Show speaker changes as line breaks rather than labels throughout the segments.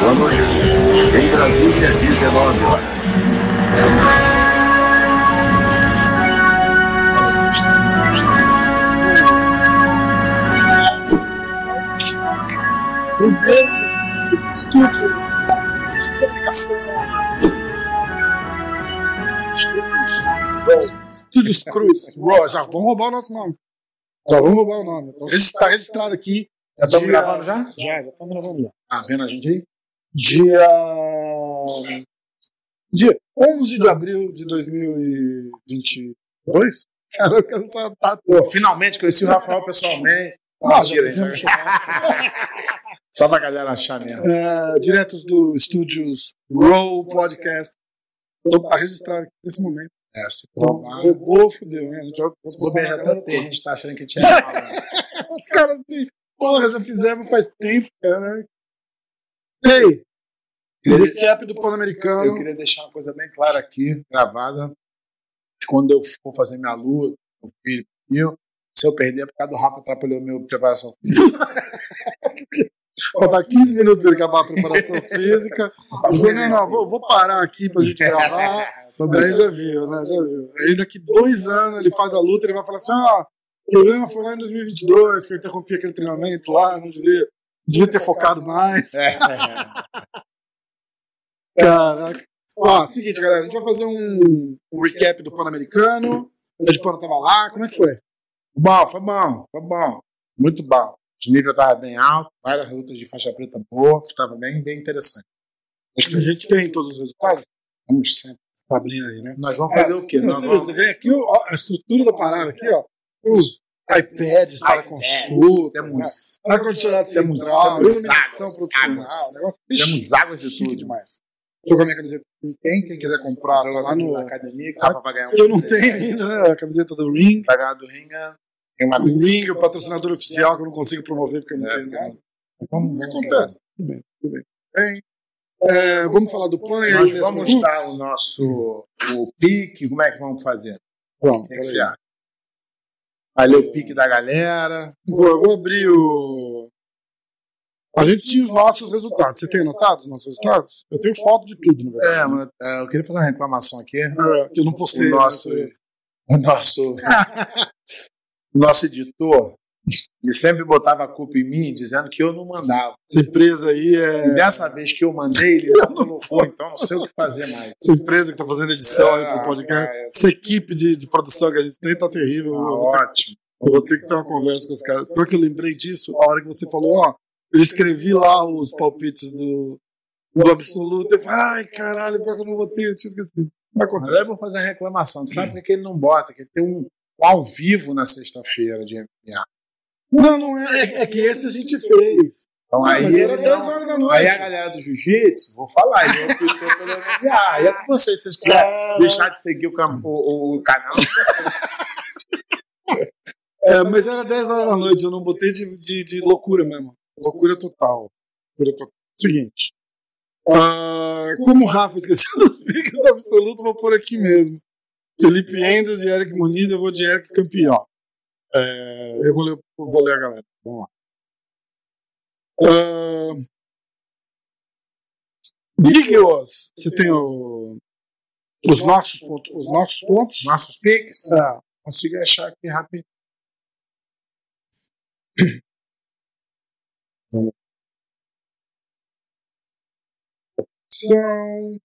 Boa noite. Em Brasília, 19 horas.
Mudando os estudos de comunicação. Estudos.
Estúdios Cruz. Ó, já vão roubar o nosso nome. Já vão roubar o nome. Então, está registrado aqui.
Já estamos
Dia-
gravando já?
Já, Tá já estamos gravando já.
Ah, vendo a gente aí?
Dia. Dia 11 de abril de 2022. Cara, eu Tá canso a data.
Pô, finalmente conheci o Rafael pessoalmente.
Nós já
Mentira, hein?
fizemos chorar.
Só pra galera achar mesmo.
É, diretos do Estúdios Roll Podcast. Estou a registrar aqui nesse momento.
É, se
Então,
roubar.
roubou, fudeu, né? A gente vai
Vou beijar
vai-
tanto tempo, a gente tá achando que tinha aula.
Os caras assim, porra, já fizemos faz tempo, cara. Ei! Recap é do
Eu
Pan-Americano.
queria deixar uma coisa bem clara aqui, gravada. que Quando eu for fazer minha lua, o filho, eu, se eu perder é por causa do Rafa atrapalhou minha preparação.
Faltar 15 minutos para acabar a preparação física. Eu falei, não, não, vou, vou parar aqui pra gente gravar. Aí já viu, né? Já viu. Aí daqui dois anos ele faz a luta, ele vai falar assim: ó, o problema foi lá em 2022 que eu interrompi aquele treinamento lá, não devia, devia ter focado mais. Caraca. Ó, é seguinte, galera, a gente vai fazer um, um recap do Pan-Americano. O de Pano tava lá, como é que foi?
Bom, foi bom, foi bom. Muito bom. O nível estava bem alto, várias lutas de faixa preta boa, estava bem, bem interessante. Acho que
A gente tem todos os resultados?
vamos sempre.
Tá abrindo aí, né?
Nós vamos fazer o quê? Nós
Você,
vamos...
você vê aqui ó, a estrutura da parada aqui, ó. Os iPads para
é
consulta.
Temos,
Ar-condicionado
Temos-
central,
temos
iluminação
águas,
profissional.
águas.
negócio
temos águas e
chique
tudo.
demais. Tô com a minha camiseta do Quem, quem quiser comprar, tá lá no...
academia, que dá pra ganhar um
Eu não tenho ainda, né? A camiseta do Ring.
Pra ganhar do Ringa. Tem uma
O Ring, o patrocinador oficial, que eu não consigo promover porque eu não
É,
tenho nada.
Vamos, vamos
Acontece. Tudo bem, tudo bem. Hein? É, vamos falar do plano e
Nós
aí,
vamos
Lester?
dar o nosso o pique, como é que vamos fazer? O
Vamos,
que, que
peraí.
você acha? Valeu o pique da galera.
Vou, eu vou abrir o. A gente tinha os nossos resultados. Você tem anotado os nossos resultados? Eu tenho foto de tudo, na
É,
verdade.
mas, é, eu queria fazer uma reclamação aqui.
É, que eu não postei.
O nosso,
né?
o nosso, o nosso editor, ele sempre botava a culpa em mim, dizendo que eu não mandava.
Essa empresa aí é.
E dessa vez que eu mandei, ele não colocou, então não sei o que fazer mais.
Essa empresa que tá fazendo edição
É,
aí pro podcast.
é,
Essa equipe de, de produção que a gente tem tá terrível.
tá
Eu vou ter
ótimo.
Eu vou ter que ter uma conversa com os caras. Pior que eu lembrei disso a hora que você falou, ó, eu escrevi lá os palpites do, do absoluto. Eu falei, ai, caralho, pior que eu não botei, eu tinha esquecido. Mas
Agora eu
acontece.
vou fazer a reclamação. Tu sabe por que que ele não bota? Que tem um ao vivo na sexta-feira de MMA.
Não, não é, é. É que esse a gente fez.
Então, aí
mas era
ele
10
não-
horas da noite.
Aí a galera do jiu-jitz, vou falar, ele optou pelo MMA. Aí é com vocês, se vocês quiserem
Cara,
deixar de seguir o, cam- o- o canal,
é, mas era 10 horas da noite, eu não botei de, de, de loucura mesmo. Loucura total. Loucura total. Seguinte. Ah, como o Rafa esqueceu dos piques do absoluto, vou por aqui mesmo. Felipe Enders e Eric Muniz, eu vou de Eric campeão. É, eu vou ler, eu vou ler a galera. Vamos lá. Ah, Big Oz, você tem o- os, nossos pontos, os nossos pontos?
nossos piques,
Ah,
consigo achar aqui rapidinho.
são.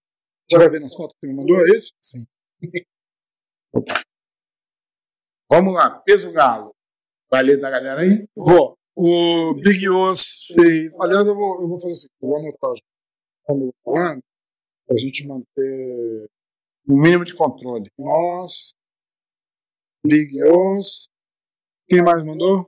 Você vai ver nas fotos que você me mandou, é isso? Sim.
Vamos lá, peso galo. Valeu da galera aí?
Vou. O Big Oz fez. Aliás, eu vou, eu vou fazer o seguinte: eu vou anotar já como eu tô falando, pra gente manter
O mínimo de controle.
nós. Big Oz. Quem mais mandou?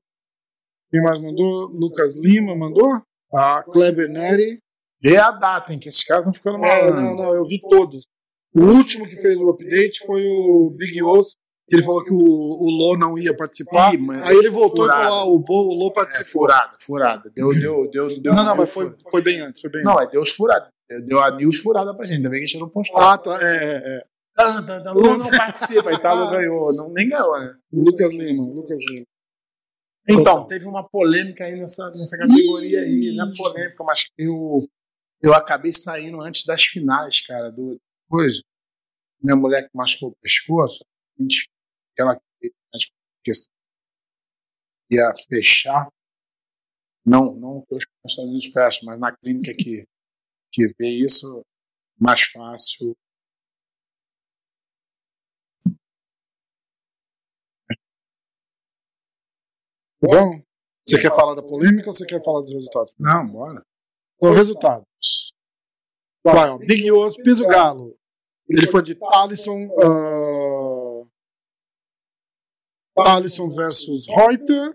Quem mais mandou? Lucas Lima mandou? A Kleber Neri.
Dê a data, hein, que esses caras estão ficando
É, Ah, Não, não,
malandros.
não, eu vi todos. O último que fez o update foi o Big Oz, que ele falou que o, o Lô não ia participar.
Ih, mas
Aí ele voltou
furada.
e falou: ah, o, Bo, o Lô
É,
participou.
furada, furada. Deu, deu, deu, deu.
não, não,
deu
mas foi,
furada.
foi bem antes, foi bem
Não,
antes.
é Deus furada. Deu a news furada pra gente, ainda bem que a gente não postou.
Ah, tá, é, é, é.
Ah, tá, tá, Lu não participa, Italo ganhou. Não, nem ganhou, né?
Lucas Lima, Lucas Lima.
Então, teve uma polêmica aí nessa, nessa categoria aí, não é polêmica, mas eu, eu acabei saindo antes das finais, cara, do coisa. Minha mulher que machucou o pescoço, a gente, ela questão ia fechar, não, não que os Estados Unidos fecham, mas na clínica que, que vê isso, mais fácil.
Vamos? Você quer falar da polêmica ou você quer falar dos resultados?
Não, bora.
Então, resultados. Vai, ó. Big Oz,
é.
Piso Galo. Ele foi de Talisson. ah, Talisson versus Reuter.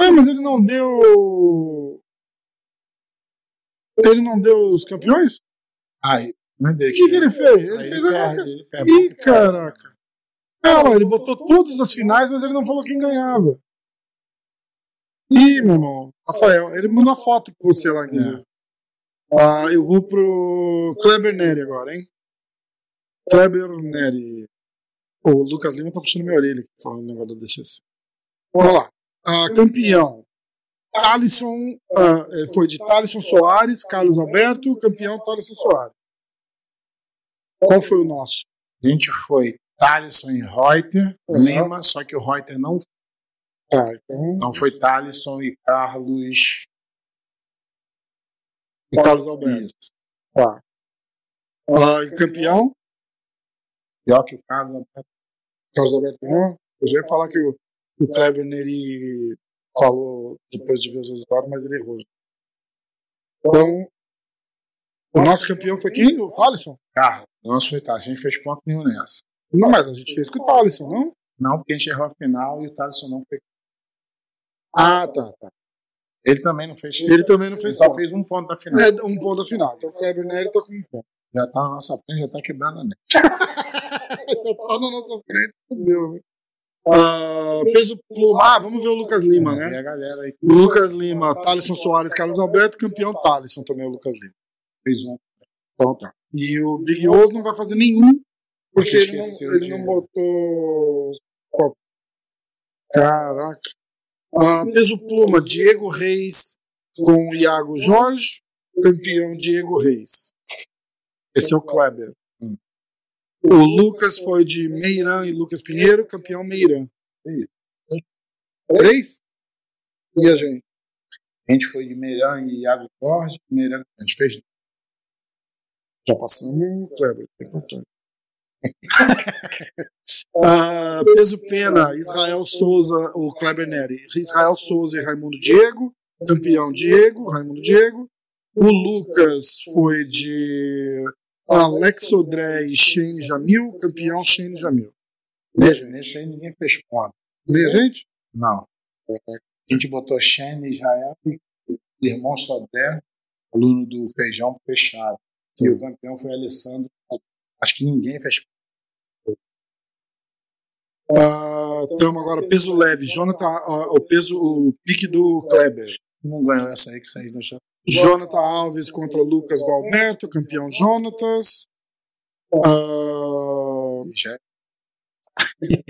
Ah, mas ele não deu. Ele não deu os campeões?
Aí, mandei
O que, que ele fez? Ele
Aí
fez
ele
a.
perde, ele perde.
Ih, caraca. Não, ele botou todas as finais, mas ele não falou quem ganhava. Ih, meu irmão. Rafael, ele mandou a foto pra você lá. Guilherme. Ah, eu vou pro Kleber Neri agora, hein? Kleber Neri. Pô, o Lucas Lima tá puxando minha orelha aqui, falando um negócio da DCC. Vamos lá. Ah, campeão. Thalisson, ah, eh, foi de Thalisson Soares, Carlos Alberto, campeão Thalisson Soares. Qual foi o nosso?
A gente foi Thaleson e Reuter,
Uhum.
Lima, só que o Reuter não,
Tá, então.
não foi Thaleson e Carlos.
E Carlos Alberto. Tá. Ah, e campeão?
Pior que o Carlos Alberto.
Carlos Alberto ganhou. Eu já ia falar que o, o Kleber Neri falou depois de ver os resultados, mas ele errou. Então, o nosso campeão foi quem? O Alisson?
Carlos. Nosso foi Thaleson. A gente fez ponto nenhum nessa.
Não, mas a gente fez com o Alisson, não?
Não, porque a gente errou a final e o Thaleson não fez.
Ah, tá, tá.
Ele também não fez.
Ele também não
Ele
fez
só
ponto.
fez um ponto na final.
É um ponto da final. Então o Kleber Neri tá com um ponto.
Já tá na nossa frente, já tá quebrando a net.
Tá na nossa frente, fudeu, né? Ah, peso pluma. Ah, vamos ver o Lucas Lima, né?
E a galera aí que
Lucas Lima, Thaleson Soares, Carlos Alberto, campeão Thaleson também é o Lucas Lima.
fez um.
Então tá. E o Big Oz não vai fazer nenhum, porque
Porque
ele não,
esqueceu
ele
de-
não botou. Caraca. Ah, peso pluma, Diego Reis com Iago Jorge, campeão Diego Reis. Esse é o Kleber.
Hum.
O Lucas foi de Meiran e Lucas Pinheiro, campeão Meiran.
Isso.
Três? E a gente?
A gente foi de Meiran e Iago Jorge. Meiran, a gente fez.
Já passamos o Kleber, é importante. Ah, peso pena, Israel Souza, o Kleber Neri. Israel Souza e Raimundo Diego, campeão Diego, Raimundo Diego. O Lucas foi de Alex Odré e Shane Jamil, campeão Shane Jamil.
Nesse, nesse aí ninguém fez ponto.
Lê, gente?
Não. A gente botou Shane Israel e irmão Sodré, aluno do Feijão Fechado. E o campeão foi Alessandro. Acho que ninguém fez ponto.
Estamos Ah, agora, peso leve, Jonathan, ah, o peso, o pique do Kleber.
Não ganhou essa aí que saiu no chão.
Jonathan Alves contra Lucas Gualberto, campeão Jonatas. Ah,
Já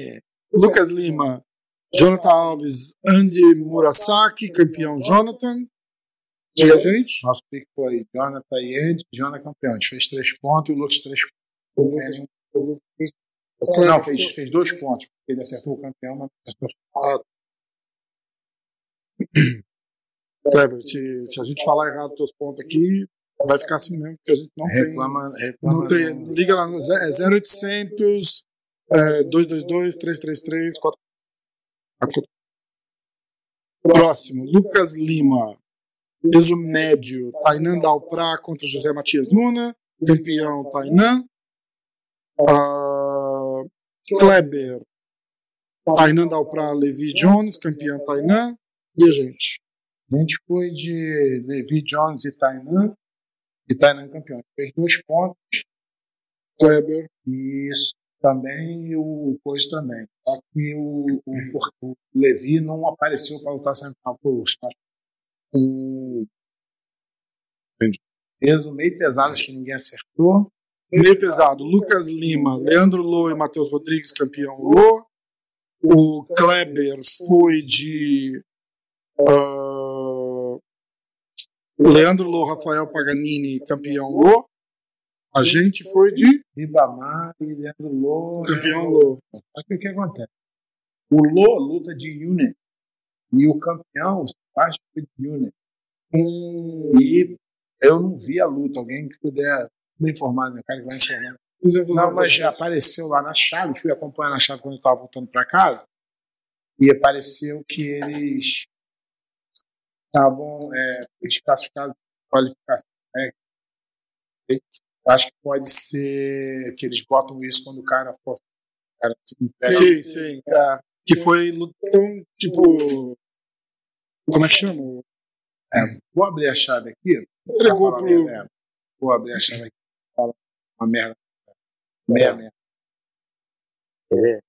é
Lucas Lima, Jonathan Alves, Andy Murasaki, campeão Jonathan. E a gente?
Nosso pique foi Jonathan e Andy, Jonathan campeão. A gente fez três pontos e o Lucas três
O
pontos.
O Kleber
Não, fez,
ficou-
fez dois pontos, porque ele acertou o campeão, mas acertou
Kleber, se, se a gente falar errado os teus pontos aqui, vai ficar assim mesmo, porque a gente não tem.
reclama, reclama.
Não tem liga lá no ze- é 0800 é, 222 333 4... Próximo, Lucas Lima. Peso médio, Tainan Dalprá contra José Matias Luna. Campeão Tainan. Ah, Kleber. Tainan Dalprá, Levi Jones. Campeão Tainan. E a gente?
A gente foi de Levi Jones e Tainan. E Tainan campeão. Fez dois pontos
Kleber.
e isso também e o Coisa também. Só que o, o, por- o Levi não apareceu para lutar semifinal pro Oscar. O peso meio pesado acho que ninguém acertou.
Meio pesado, Lucas Lima, Leandro Lô e Matheus Rodrigues, campeão Lô. O Kleber foi de Ah, Leandro Lô, Rafael Paganini, campeão Lô. A gente foi de
Ribamar e Leandro Lô.
campeão Lô.
Só que o que acontece? O Lô luta de unit. E o campeão, o Sebastião, foi de unit.
Um,
E eu não vi a luta. Alguém que puder me informar, né? O cara que vai informar. Não, mas já apareceu lá na chave. Fui acompanhando a chave quando eu estava voltando para casa. E apareceu que eles estavam é, desclassificados de qualificação. né? Eu acho que pode ser que eles botam isso quando o cara for. O cara se interessa.
Sim, sim. é. Que foi lutão, tipo. Como é que chama?
É, Vou abrir a chave aqui.
Entregou
Vou falar
pro.
uma merda. Vou abrir a chave aqui. Fala uma merda. Meia merda.
É.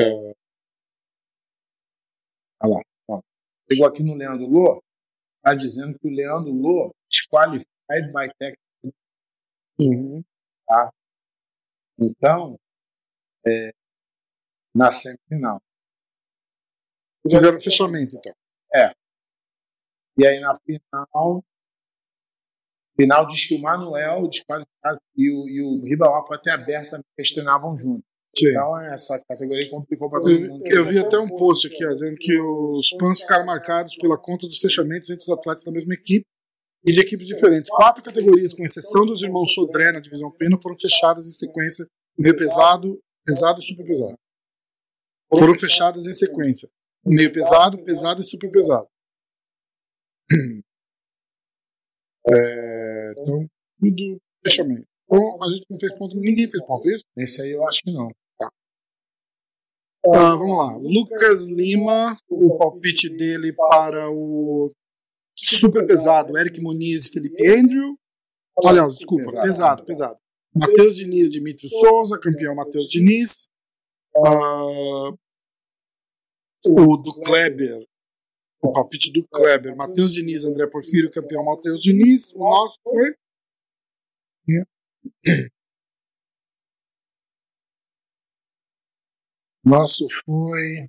É. Olha lá. ó. Chegou aqui no Leandro Lô, tá dizendo que o Leandro Lô disqualified by tech.
Uhum.
Tá? Então, é, na semifinal.
Fizeram fechamento, então.
E aí na final, final diz que o Manuel desqualificado e o, e o Ribamar pode ter aberto, também, porque eles treinavam juntos.
Sim.
Então essa categoria complicou para todo
Eu,
mundo.
eu vi até um post aqui ó, dizendo que os pans ficaram marcados pela conta dos fechamentos entre os atletas da mesma equipe e de equipes diferentes. Quatro categorias, com exceção dos irmãos Sodré na divisão pena, foram fechadas em sequência meio pesado, pesado e super pesado. Foram fechadas em sequência. Meio pesado, pesado e super pesado. É, então, tudo fechamento. Então, a gente não fez ponto, ninguém fez ponto, é isso?
Esse aí eu acho que não.
Tá, vamos lá. Lucas Lima, o palpite dele para o super pesado, Eric Muniz e Felipe Andrew. Aliás, desculpa, pesado, pesado. Matheus Diniz, Dimitri Souza, campeão Matheus Diniz. Ah, o do Kleber, o palpite do Kleber, Matheus Diniz, André Porfírio, campeão Matheus Diniz. O nosso foi
Nosso foi.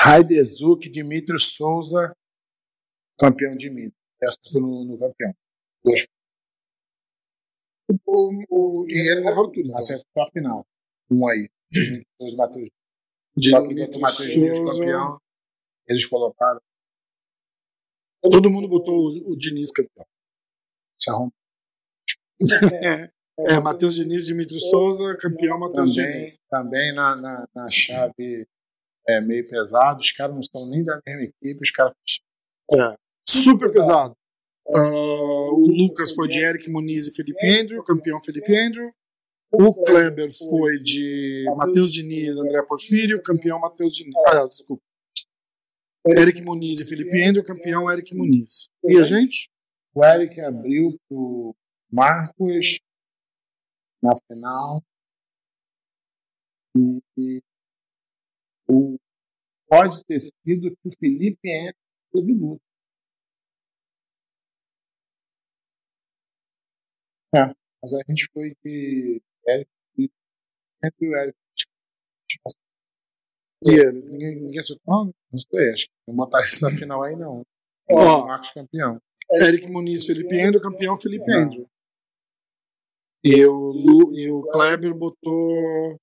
Raidezuk, Dimitri Souza, campeão Dimitri. Testa no, no campeão.
o, o, e eles
é
erraram tudo.
Acertou a final. Um aí. Dimitri Souza, Matheus Só que
Dimitri
botou o Matheus Dias
Souza.
campeão. Eles colocaram,
Todo mundo botou o, o Diniz campeão.
se arrumou
É, Matheus Diniz, Dimitri Souza, campeão Matheus
também,
Diniz.
também na, na, na chave é, meio pesado. Os caras não são nem da mesma equipe. Os caras
É. Super pesado. Ah, o Lucas foi de Eric Muniz e Felipe Andrew, campeão Felipe Andrew. O Kleber foi de Matheus Diniz, André Porfírio, campeão Matheus Diniz. Ah, desculpa. Eric Muniz e Felipe Andrew, campeão Eric Muniz. E a gente?
O Eric abriu pro Marcos na final. E, e o, pode ter sido que o Felipe Henrique teve luta. É, mas a gente foi de Eric e entre o Eric.
E eles? Ninguém, ninguém acertou?
Não, não sei, acho que não botar isso na final aí não.
Ó.
O Marcos campeão.
Eric Muniz, Felipe Andrew, campeão Felipe Andrew. E o, Lu, e o Kleber botou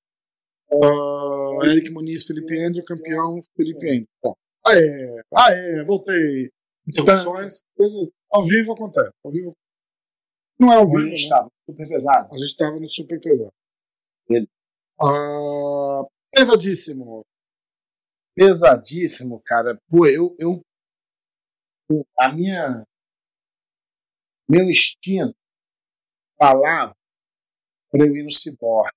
ah, Eric Muniz, Felipe Andrew, campeão Felipe Andrew. Tá. Aê, aê, voltei. Interrupções, coisa, ao vivo acontece. Ao vivo. Não é ao vivo,
Onde
né?
estava? Super pesado.
A gente estava no super pesado.
Ele.
Ah, pesadíssimo.
pesadíssimo, cara. Pô, eu, eu o- a minha meu instinto falava para eu ir no Ciborgue.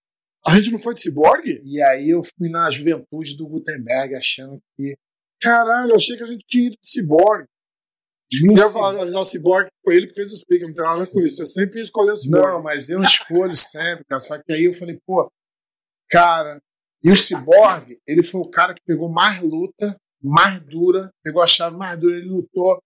A gente não foi de ciborgue?
E aí eu fui na juventude do Gutenberg achando que
Caralho, eu achei que a gente tinha ido de ciborgue.
no
Eu ia
Ciborgue-
falar, avisar o Cyborg, foi ele que fez os piques, não tem nada com isso. Eu sempre escolhi o
não,
Cyborg.
mas eu escolho sempre, cara. Só que aí eu falei, pô, cara, e o Ciborgue, ele foi o cara que pegou mais luta, mais dura, pegou a chave mais dura, ele lutou,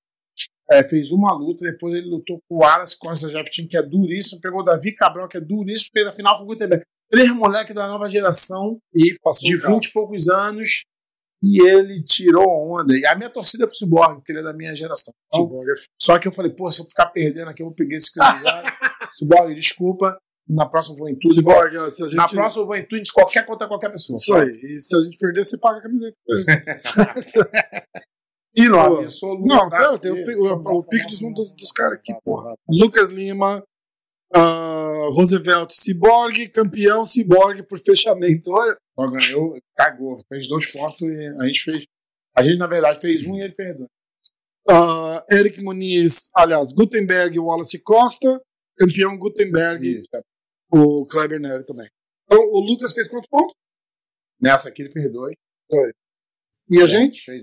é, fez uma luta, depois ele lutou com o Aras Costa Jefferson, que é duríssimo, pegou o Davi Cabrão, que é duríssimo, fez a final com o Gutenberg. três moleques da nova geração
E passou
de
o carro.
20 e poucos anos e ele tirou onda. E a minha torcida é pro Cyborg, porque ele é da minha geração. Então,
Cyborg é f-
só que eu falei, pô, se eu ficar perdendo aqui, eu vou pegar esse cruzado. Cyborg, desculpa. Na próxima eu vou em tudo.
Cyborg, ó, se a gente...
Na próxima eu vou em tudo de qualquer contra qualquer pessoa.
Isso aí. E se a gente perder, você paga a camiseta.
E
Pô.
não, eu sou Lula,
Não,
tá?
cara, tem o,
Eu
pi-
sou
o, o
Lula,
pique dos,
famoso,
dos,
não.
dos caras aqui, porra. Lucas Lima, ah, Roosevelt, Cyborg, campeão Cyborg por fechamento. Olha,
Só ganhou, cagou. Fez dois pontos e a gente fez. A gente, na verdade, fez um e ele perdeu.
ah, Eric Muniz, aliás, Gutenberg, Wallace Costa, campeão Gutenberg,
Isso, tá?
o Kleber Nery também. Então, o Lucas fez quantos pontos?
Nessa aqui ele fez dois.
E
É.
a gente?
fez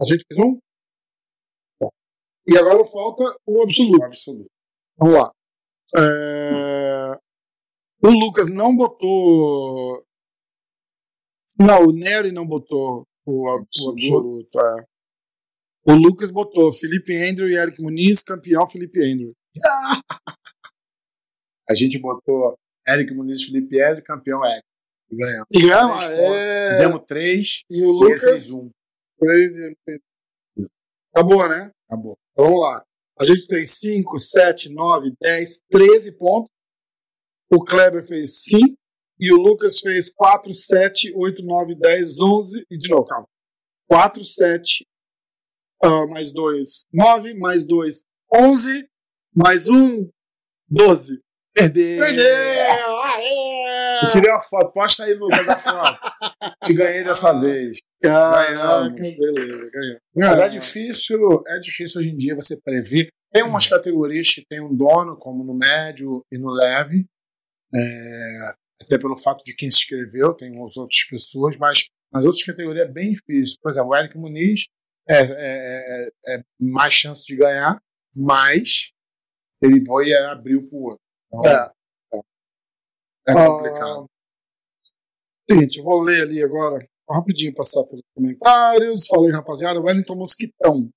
A gente fez um? Tá. E agora falta o absoluto.
um absoluto.
Vamos lá. É, O Lucas não botou. Não, o Nery não botou o,
Um
ab- o absoluto. é. O Lucas botou Felipe Andrew e Eric Muniz, campeão Felipe Andrew.
A gente botou Eric Muniz e Felipe Edro, campeão Eric. E ganhamos.
E ganhamos.
Três
é,
Fizemos três
E o
e ele
Lucas.
fez um.
três, e ele fez- Acabou, né?
Acabou.
Então, vamos lá. A gente tem 5, 7, 9, 10, 13 pontos. O Kleber fez 5. E o Lucas fez 4, 7, 8, 9, 10, 11. E de novo, calma. 4, 7, ah, mais 2, 9, mais 2, 11, mais 1, 12.
Perdeu! Eu
Aê!
tirei uma foto. Posta aí, Lucas, a foto. Te ganhei dessa vez.
Caraca, beleza, ganhou.
Mas é difícil, é difícil hoje em dia você prever. Tem umas categorias que tem um dono, como no médio e no leve, é, até pelo fato de quem se inscreveu, tem as outras pessoas, mas nas outras categorias é bem difícil. Por exemplo, o Eric Muniz é, é- é- é mais chance de ganhar, mas ele vai e abriu para o outro. Então,
É.
é
Ah,
complicado.
Seguinte, eu vou ler ali agora, rapidinho passar pelos comentários. Falei, rapaziada, Wellington Mosquitão.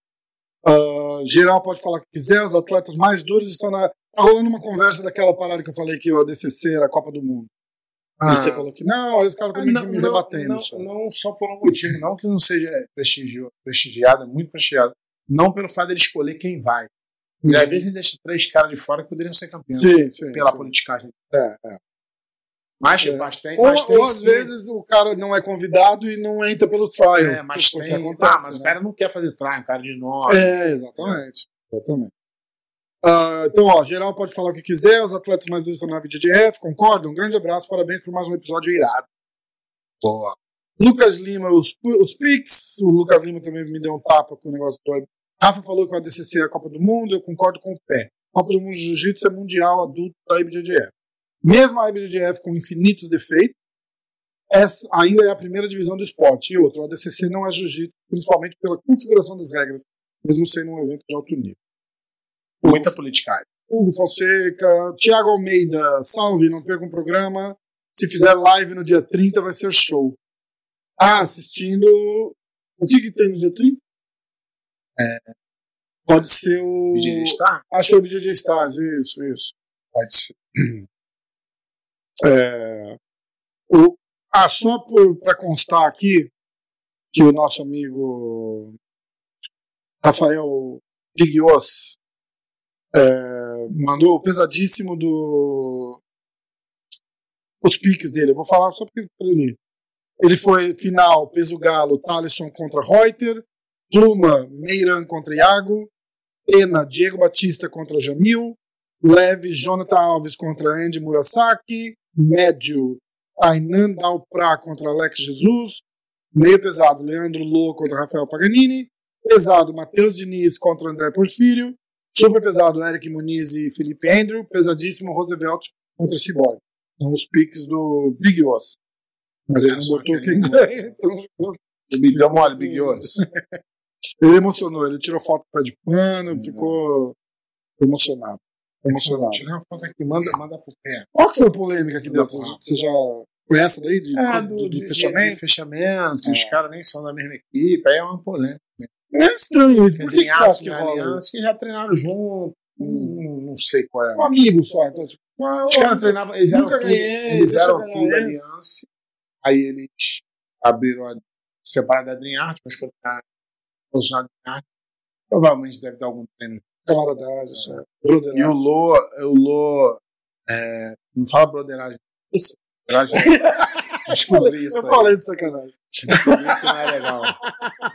Ah, geral pode falar o que quiser, os atletas mais duros estão na. Tá rolando uma conversa daquela parada que eu falei que o ADCC era a Copa do Mundo.
Ah.
E você falou que não, aí os caras
Ah,
também ficam me rebatendo.
não,
só.
não só por um motivo, não que não seja prestigio- prestigiado, é muito prestigiado. Não pelo fato de ele escolher quem vai. E às vezes ele deixa três caras de fora que poderiam ser campeões
sim, sim.
pela
sim.
politicagem.
É, é.
Mas,
É.
mas tem,
Ou,
mas tem
ou às
sim.
vezes o cara não é convidado e não entra pelo trial.
É, mas
o que
tem.
acontece,
ah, mas o
né?
cara não quer fazer trai, um cara de nove. Então,
É, exatamente. exatamente. Ah, então, ó, geral pode falar o que quiser, os atletas mais dois estão na BDF, concordam? Um grande abraço, parabéns por mais um episódio irado.
Pô,
Lucas Lima, os, pu- os Pix, o Lucas Lima também me deu um tapa com o negócio do Rafa falou que o ADCC é a Copa do Mundo, eu concordo com o pé. Copa do Mundo de Jiu-Jitsu é mundial adulto da IBJJF. Mesmo a IBJJF com infinitos defeitos, essa ainda é a primeira divisão do esporte. E outra, o ADCC não é jiu-jitsu, principalmente pela configuração das regras, mesmo sendo um evento de alto nível.
muita politicagem.
Hugo Fonseca, Thiago Almeida, salve, não perca um programa. Se fizer live no dia 30, vai ser show. Ah, assistindo. O que, que tem no dia 30? Pode ser o.
Pedir está?
Acho que é o BJJ Stars, isso, isso.
Pode ser.
É, O... Ah, só para constar aqui que o nosso amigo Rafael Guigios é, mandou o pesadíssimo do os piques dele. Eu vou falar só porque pra ele. Ele foi final, peso galo, Talisson contra Reuter, Pluma, Meiran contra Iago, Pena, Diego Batista contra Jamil, Leve, Jonathan Alves contra Andy Murasaki, Médio, Ainan Dalprá contra Alex Jesus. Meio pesado, Leandro Lô contra Rafael Paganini. Pesado, Matheus Diniz contra André Porfírio. Super pesado, Eric Muniz e Felipe Andrew. Pesadíssimo, Roosevelt contra Cyborg. Então, os piques do Big Oss. Mas ele
É,
não
só
botou
que
quem
ele não-
ganha. Então,
Big Deu mole, Big Osso.
ele emocionou, ele tirou foto com o pé de pano, ficou emocionado. Emocionado.
Tira uma foto aqui, manda, manda pro pé.
Qual que foi a polêmica que deu? Você você já conhece daí? De,
É,
Ah, do,
do,
do fechamento?
fechamento. Os
É.
caras nem são da mesma equipe. Aí é uma polêmica.
É estranho isso. Por que,
Tem
que você acha
atos
que
na
rola? isso? Hum.
aliança que já treinaram junto. Não, não sei qual é.
Um amigo só, então, tipo, Mas,
Os caras treinavam, eles eram
Nunca
tudo,
ganhei,
eles
deixa
eram
eu ganhar
tudo
essa.
aliança. Aí eles abriram a separada da Dreamart, mas quando tá posicionado na Dreamart, provavelmente deve dar algum treino.
Claro, dá, isso é. Brother,
E o Lô, o Lô, é, não fala broderagem.
Isso.
Broderagem. Descobri
eu
isso aí.
falei de sacanagem.
Descobri que não é legal.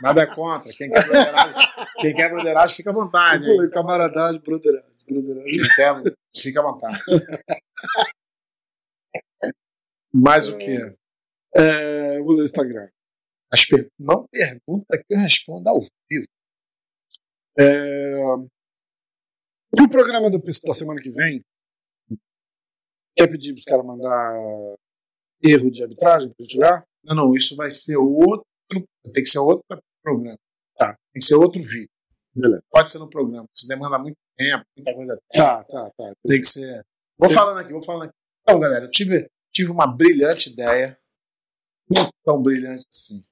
Nada contra. Quem quer broderagem, quem quer broderagem fica à
Eu
vontade. hein?
falei camaradagem, brotheragem, brotheragem.
Quem quer, Então, fica à vontade. Mas o quê?
É, eu vou ler o Instagram.
As per- Não pergunta que eu respondo ao vivo.
É, pro programa do, da semana que vem, quer pedir pros caras mandar erro de arbitragem pra gente olhar?
Não, não, isso vai ser outro. Tem que ser outro programa. Tá. Tem que ser outro vídeo.
Beleza.
Pode ser no programa. Isso demanda muito tempo, muita coisa.
Tá, tá, tá.
Tem que ser. Vou falando aqui, vou falando aqui. Então, galera, eu tive, tive uma brilhante ideia. Não tão brilhante assim.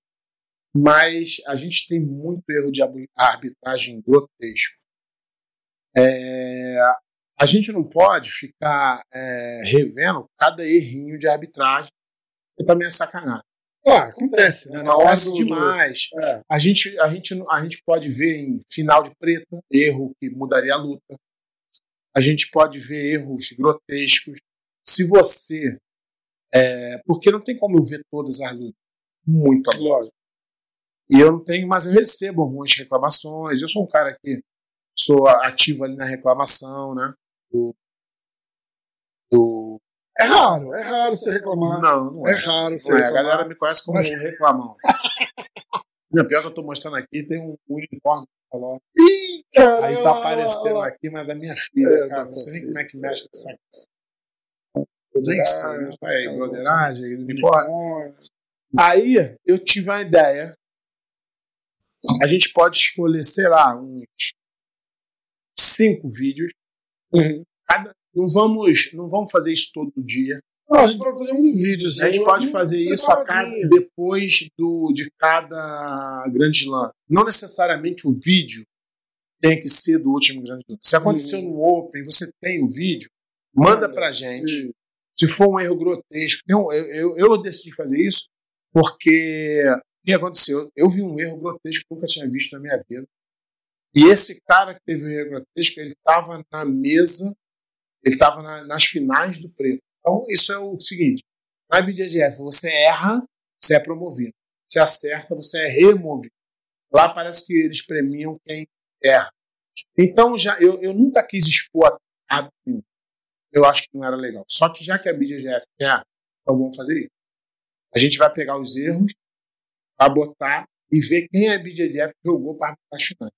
Mas a gente tem muito erro de abu- arbitragem grotesco. É, a gente não pode ficar é, revendo cada errinho de arbitragem, que também é sacanagem.
Ah, acontece, né? Na hora
Acontece
do,
demais.
É.
A gente, a, gente, não- a gente pode ver em final de preta erro que mudaria a luta. A gente pode ver erros grotescos. Se você. é, porque não tem como eu ver todas as lutas. Muita luta.
É, Lógico.
E eu não tenho, mas eu recebo algumas reclamações. Eu sou um cara que sou ativo ali na reclamação, né? Do. do-
É raro, é raro você reclamar.
não, não
é
é.
raro você
Não é, a
reclamar.
galera me conhece como
Mas-
um reclamão. Não, pior que eu tô mostrando aqui, tem um, um unicórnio. Falou,
Ih, cara,
Aí
olha
tá
lá, olha
aparecendo
lá.
aqui, mas é da minha filha,
É, da
cara.
tua
Não sei nem como é que
filha,
mexe essa coisa. Nem
Broderagem,
sei, né? Aí,
tá
broderagem, unicórnio.
Unicórnio.
Aí eu tive uma ideia. A gente pode escolher, sei lá, uns cinco vídeos.
Uhum.
Cada- não, vamos, não vamos fazer isso todo dia.
Não, a gente pode fazer um vídeo.
A gente pode fazer isso a cada,
cada
depois do, de cada grande slam. Não necessariamente o vídeo tem que ser do último grande slam. Se aconteceu
Hum.
no Open, você tem o vídeo, manda pra gente. Se for um erro grotesco, tem um- eu, eu, eu decidi fazer isso porque o que aconteceu? Eu vi um erro grotesco que eu nunca tinha visto na minha vida. E esse cara que teve o erro grotesco, ele estava na mesa, ele estava nas finais do preto. Então, isso é o seguinte: na BJJF, você erra, você é promovido. Você acerta, você é removido. Lá parece que eles premiam quem erra. Então, já, eu, eu nunca quis expor a a- Eu acho que não era legal. Só que já que a BJJF quer, então vamos fazer isso. A gente vai pegar os erros, vai botar e ver quem a BJJF jogou para as finais.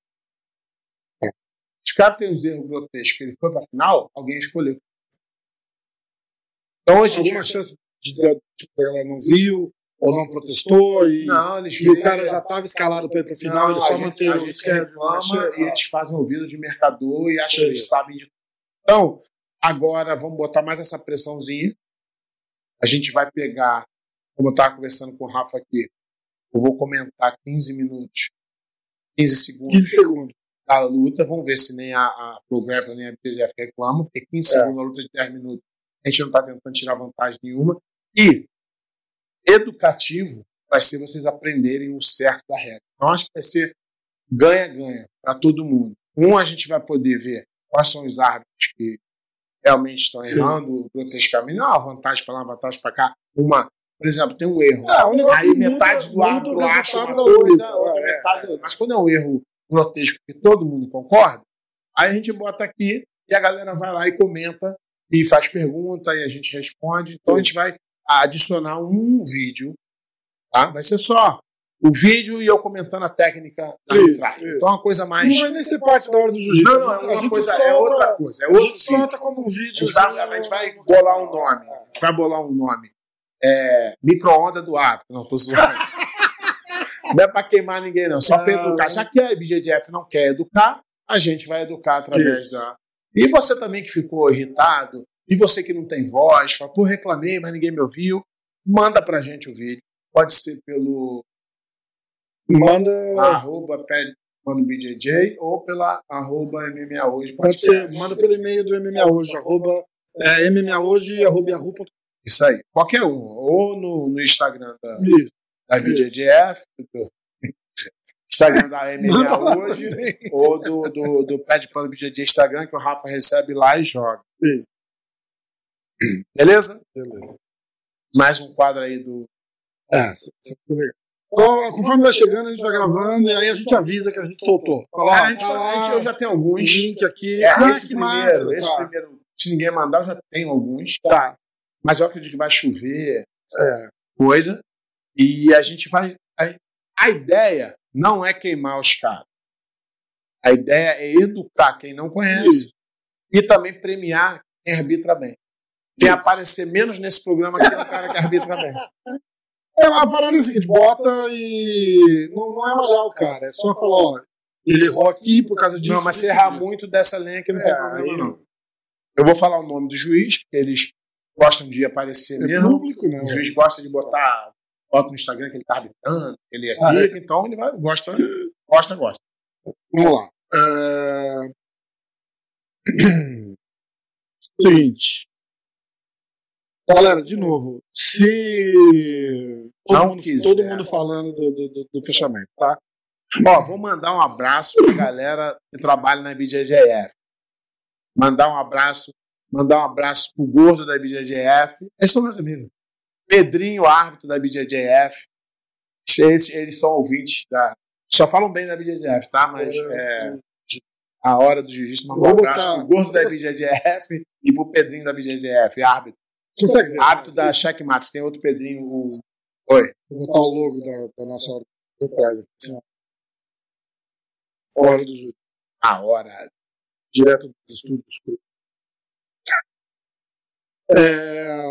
Se o cara tem É. os erros grotescos, ele foi para a final, alguém escolheu. Então a gente.
Alguma chance de, de, tipo, ela não viu ou não protestou e,
Não, eles
e o
viram-
cara já estava escalado para ir para final, ele
Não,
só
a gente-
manteve
a
o
gente
esquema.
reclama e eles fazem ouvido de mercador e acham que
Entendi.
eles sabem de tudo. Então, agora vamos botar mais essa pressãozinha. A gente vai pegar, como eu estava conversando com o Rafa aqui, eu vou comentar 15 minutos, 15 segundos
15 segundos.
da luta. Vamos ver se nem a, a Prograpple nem a BGF reclamam, porque 15
É.
segundos a luta de 10 minutos, a gente não está tentando tirar vantagem nenhuma. E educativo vai ser vocês aprenderem o certo da regra. Então acho que vai ser ganha-ganha para todo mundo. Um, a gente vai poder ver quais são os árbitros que realmente estão errando grotescamente. Não é uma vantagem para lá, uma vantagem para cá. Uma, por exemplo, tem um erro.
Ah, o negócio
Aí
muda-
metade do
muda o
árbitro acha
resultado
uma
da luta.
coisa, a outra
É,
metade. outra. Mas quando é um erro grotesco que todo mundo concorda, aí a gente bota aqui e a galera vai lá e comenta e faz pergunta e a gente responde. Então a gente vai adicionar um vídeo, tá? Vai ser só o vídeo e eu comentando a técnica da
Isso,
arbitragem.
isso.
Então é uma coisa mais.
Não vai nem ser parte da hora do jiu-jitsu.
Não, não, é
a
uma
gente
coisa,
solta,
é outra coisa. É
A
outro
gente
vídeo.
solta como um
A
vídeo. né?
gente vai, a gente vai bolar um nome. A gente vai bolar um nome. É, micro-onda do árbitro. Não, tô zoando. não é pra queimar ninguém, não. Só pra
Não.
educar. Já que a BJDF não quer educar, a gente vai educar através da. E você também que ficou irritado, e você que não tem voz, fala, pô, reclamei, mas ninguém me ouviu, manda pra gente o vídeo. Pode ser pelo
Manda.
Ah, arroba pede mano BJJ ou pela arroba MMA hoje.
Pode ser, manda pelo e-mail do MMA hoje, arroba É MMA hoje, arroba yahoo ponto
Isso aí. Qualquer um. Ou no, no Instagram da,
com. Isso.
da BJJF, do Instagram da
Manda lá
MMA hoje, ou do, do, do Pé de Pano BJJ Instagram, que o Rafa recebe lá e joga.
Isso.
Beleza? Beleza. Mais um quadro aí do.
É, isso- isso é legal. Então, conforme vai chegando, a gente vai gravando e aí a gente avisa que a gente soltou. Fala,
Ah,
ó,
a gente,
tá
a
lá,
gente- eu já tenho alguns.
link aqui.
É,
Ah,
esse
que
primeiro,
massa,
esse
tá.
primeiro, se ninguém mandar, eu já tenho alguns.
Tá.
Mas eu acredito que vai chover é, coisa. E a gente vai. A, a ideia não é queimar os caras. A ideia é educar quem não conhece e também premiar quem arbitra bem. Quem aparecer menos nesse programa que é o cara que arbitra bem.
É, a parada é a seguinte, bota e. Não, não é malhar o cara, é só falar, ó, ele errou aqui por causa disso.
Não, mas se
disso,
errar
disso.
muito dessa lenha aqui não
É,
tem problema,
aí-
não. Eu vou falar o nome do juiz, porque eles gostam de aparecer
É
mesmo.
público, né?
O juiz gosta de botar foto no Instagram que ele tá arbitrando, que ele é
Ah,
rico, então ele vai, gosta, gosta, gosta.
Vamos lá. É... Seguinte. Galera, de novo, se. Todo,
Não é.
mundo,
quiser.
todo mundo falando do, do- do- do fechamento, tá?
Ó, vou mandar um abraço pra galera que trabalha na BJJF. Mandar um abraço, mandar um abraço pro gordo da BJJF. Eles são meus amigos. Pedrinho, árbitro da BJJF. Eles, eles são ouvintes da. Só falam bem da BJJF, tá? Mas é, a hora do jiu-jitsu mandar um
Vou
abraço
botar-
pro gordo da BJJF e pro Pedrinho da BJJF, árbitro.
Consegue ver?
Hábito da Checkmate. Tem outro Pedrinho. O...
Vou botar o logo da, da nossa hora por trás aqui, assim, ó. Hora do juiz,
A hora.
direto dos estúdios. É...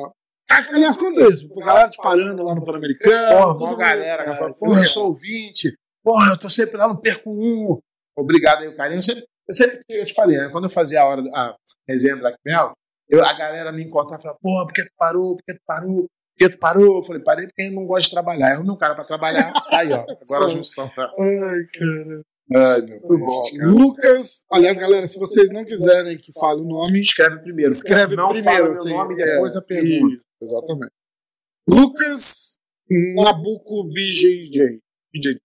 Ah, Aliás, conta isso. A galera te parando lá no Pan-Americano.
Porra,
todo
mó
mundo-
galera. Ah, cara, fala,
isso é
Porra, eu
legal.
sou ouvinte. Porra, eu tô sempre lá, não perco um. Obrigado aí, o carinho. Eu sempre, eu sempre eu te falei, né? Quando eu fazia a hora da a resenha Black Belt, eu, a galera me encontrava e falava, porra, por que tu parou? Por que tu parou? Por que tu parou? Eu falei, parei porque eu não gosto de trabalhar. Eu arrumei um cara pra trabalhar. Aí, ó. Agora a junção. tá?
Ai, cara.
Ai, meu
Muito
Deus,
bom.
cara.
Lucas. Aliás, galera, se vocês não quiserem que fale o nome,
Escreve primeiro.
escreve
não
primeiro.
fala meu
assim,
nome e depois
é,
a pergunta.
isso, exatamente. Lucas Nabuco BJJ. BJJ.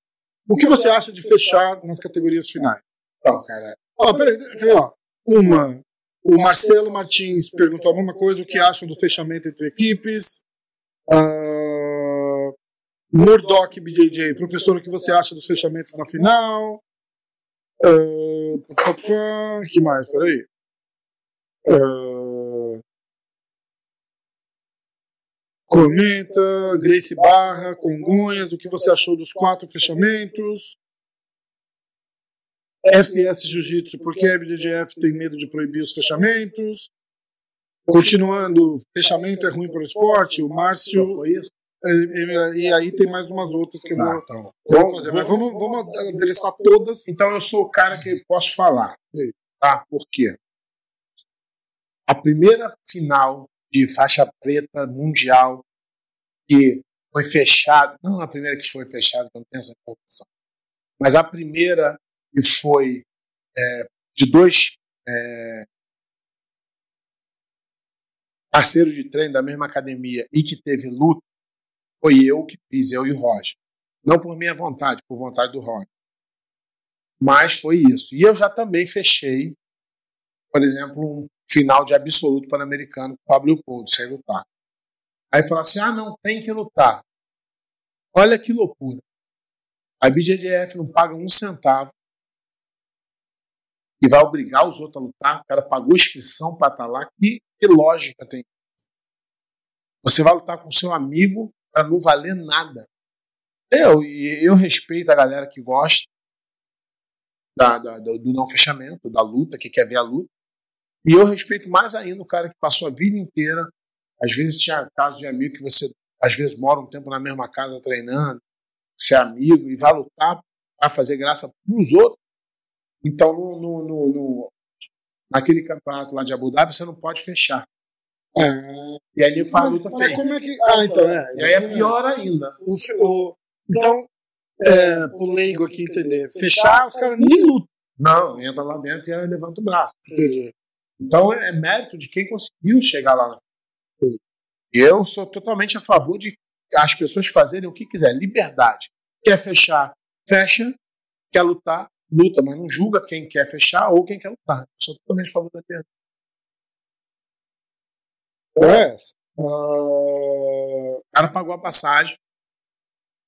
O que você acha de fechar nas categorias finais?
Então, cara.
Ó, peraí, quer ver, ó. Uma. O Marcelo Martins perguntou a mesma coisa, o que acham do fechamento entre equipes? Ah, Murdoch BJJ, professor, o que você acha dos fechamentos na final? O que mais? Peraí. É, Ah, comenta, Grace Barra, Congonhas, o que você achou dos quatro fechamentos? FS Jiu-Jitsu, por que a BDGF tem medo de proibir os fechamentos? Continuando, fechamento é ruim para o esporte, o Márcio. eh, eh, E aí tem mais umas outras que eu
Ah,
vou,
então.
eu vou fazer. Mas vamos, vamos adressar todas.
Então eu sou o cara que posso falar.
Sim.
Tá? Por quê? A primeira final de faixa preta mundial que foi fechada, não a primeira que foi fechada, eu não tenho essa informação, mas a primeira que foi é, de dois é, parceiros de treino da mesma academia e que teve luta, foi eu que fiz, eu e o Roger. Não por minha vontade, por vontade do Roger. Mas foi isso. E eu já também fechei, por exemplo, um final de absoluto pan-americano com o Pablo Leopoldo, sem lutar. Aí falaram assim: ah, não, tem que lutar. Olha que loucura. A BJDF não paga um centavo e vai obrigar os outros a lutar. O cara pagou inscrição para estar lá. Que, que lógica tem? Você vai lutar com seu amigo para não valer nada. Eu, e eu respeito a galera que gosta da, da- do, do não fechamento, da luta, que quer ver a luta. E eu respeito mais ainda o cara que passou a vida inteira. Às vezes tinha casos de amigo que você, às vezes, mora um tempo na mesma casa treinando, você é amigo e vai lutar para fazer graça para os outros. Então, no, no, no- no- naquele campeonato lá de Abu Dhabi, você não pode fechar.
É.
E aí ele faz a luta
Mas
feia.
como é que. Ah, então, é.
E aí é pior ainda.
O fe- o- então, é, pro leigo aqui entender, fechar, os caras nem lutam.
Não, entra lá dentro e aí levanta o braço.
Entendi.
Então é mérito de quem conseguiu chegar lá. na frente. Eu sou totalmente a favor de as pessoas fazerem o que quiser, liberdade. Quer fechar, fecha. Quer lutar, luta, mas não julga quem quer fechar ou quem quer lutar. Eu sou totalmente a favor da liberdade.
Então é essa. Ah,
O cara pagou a passagem.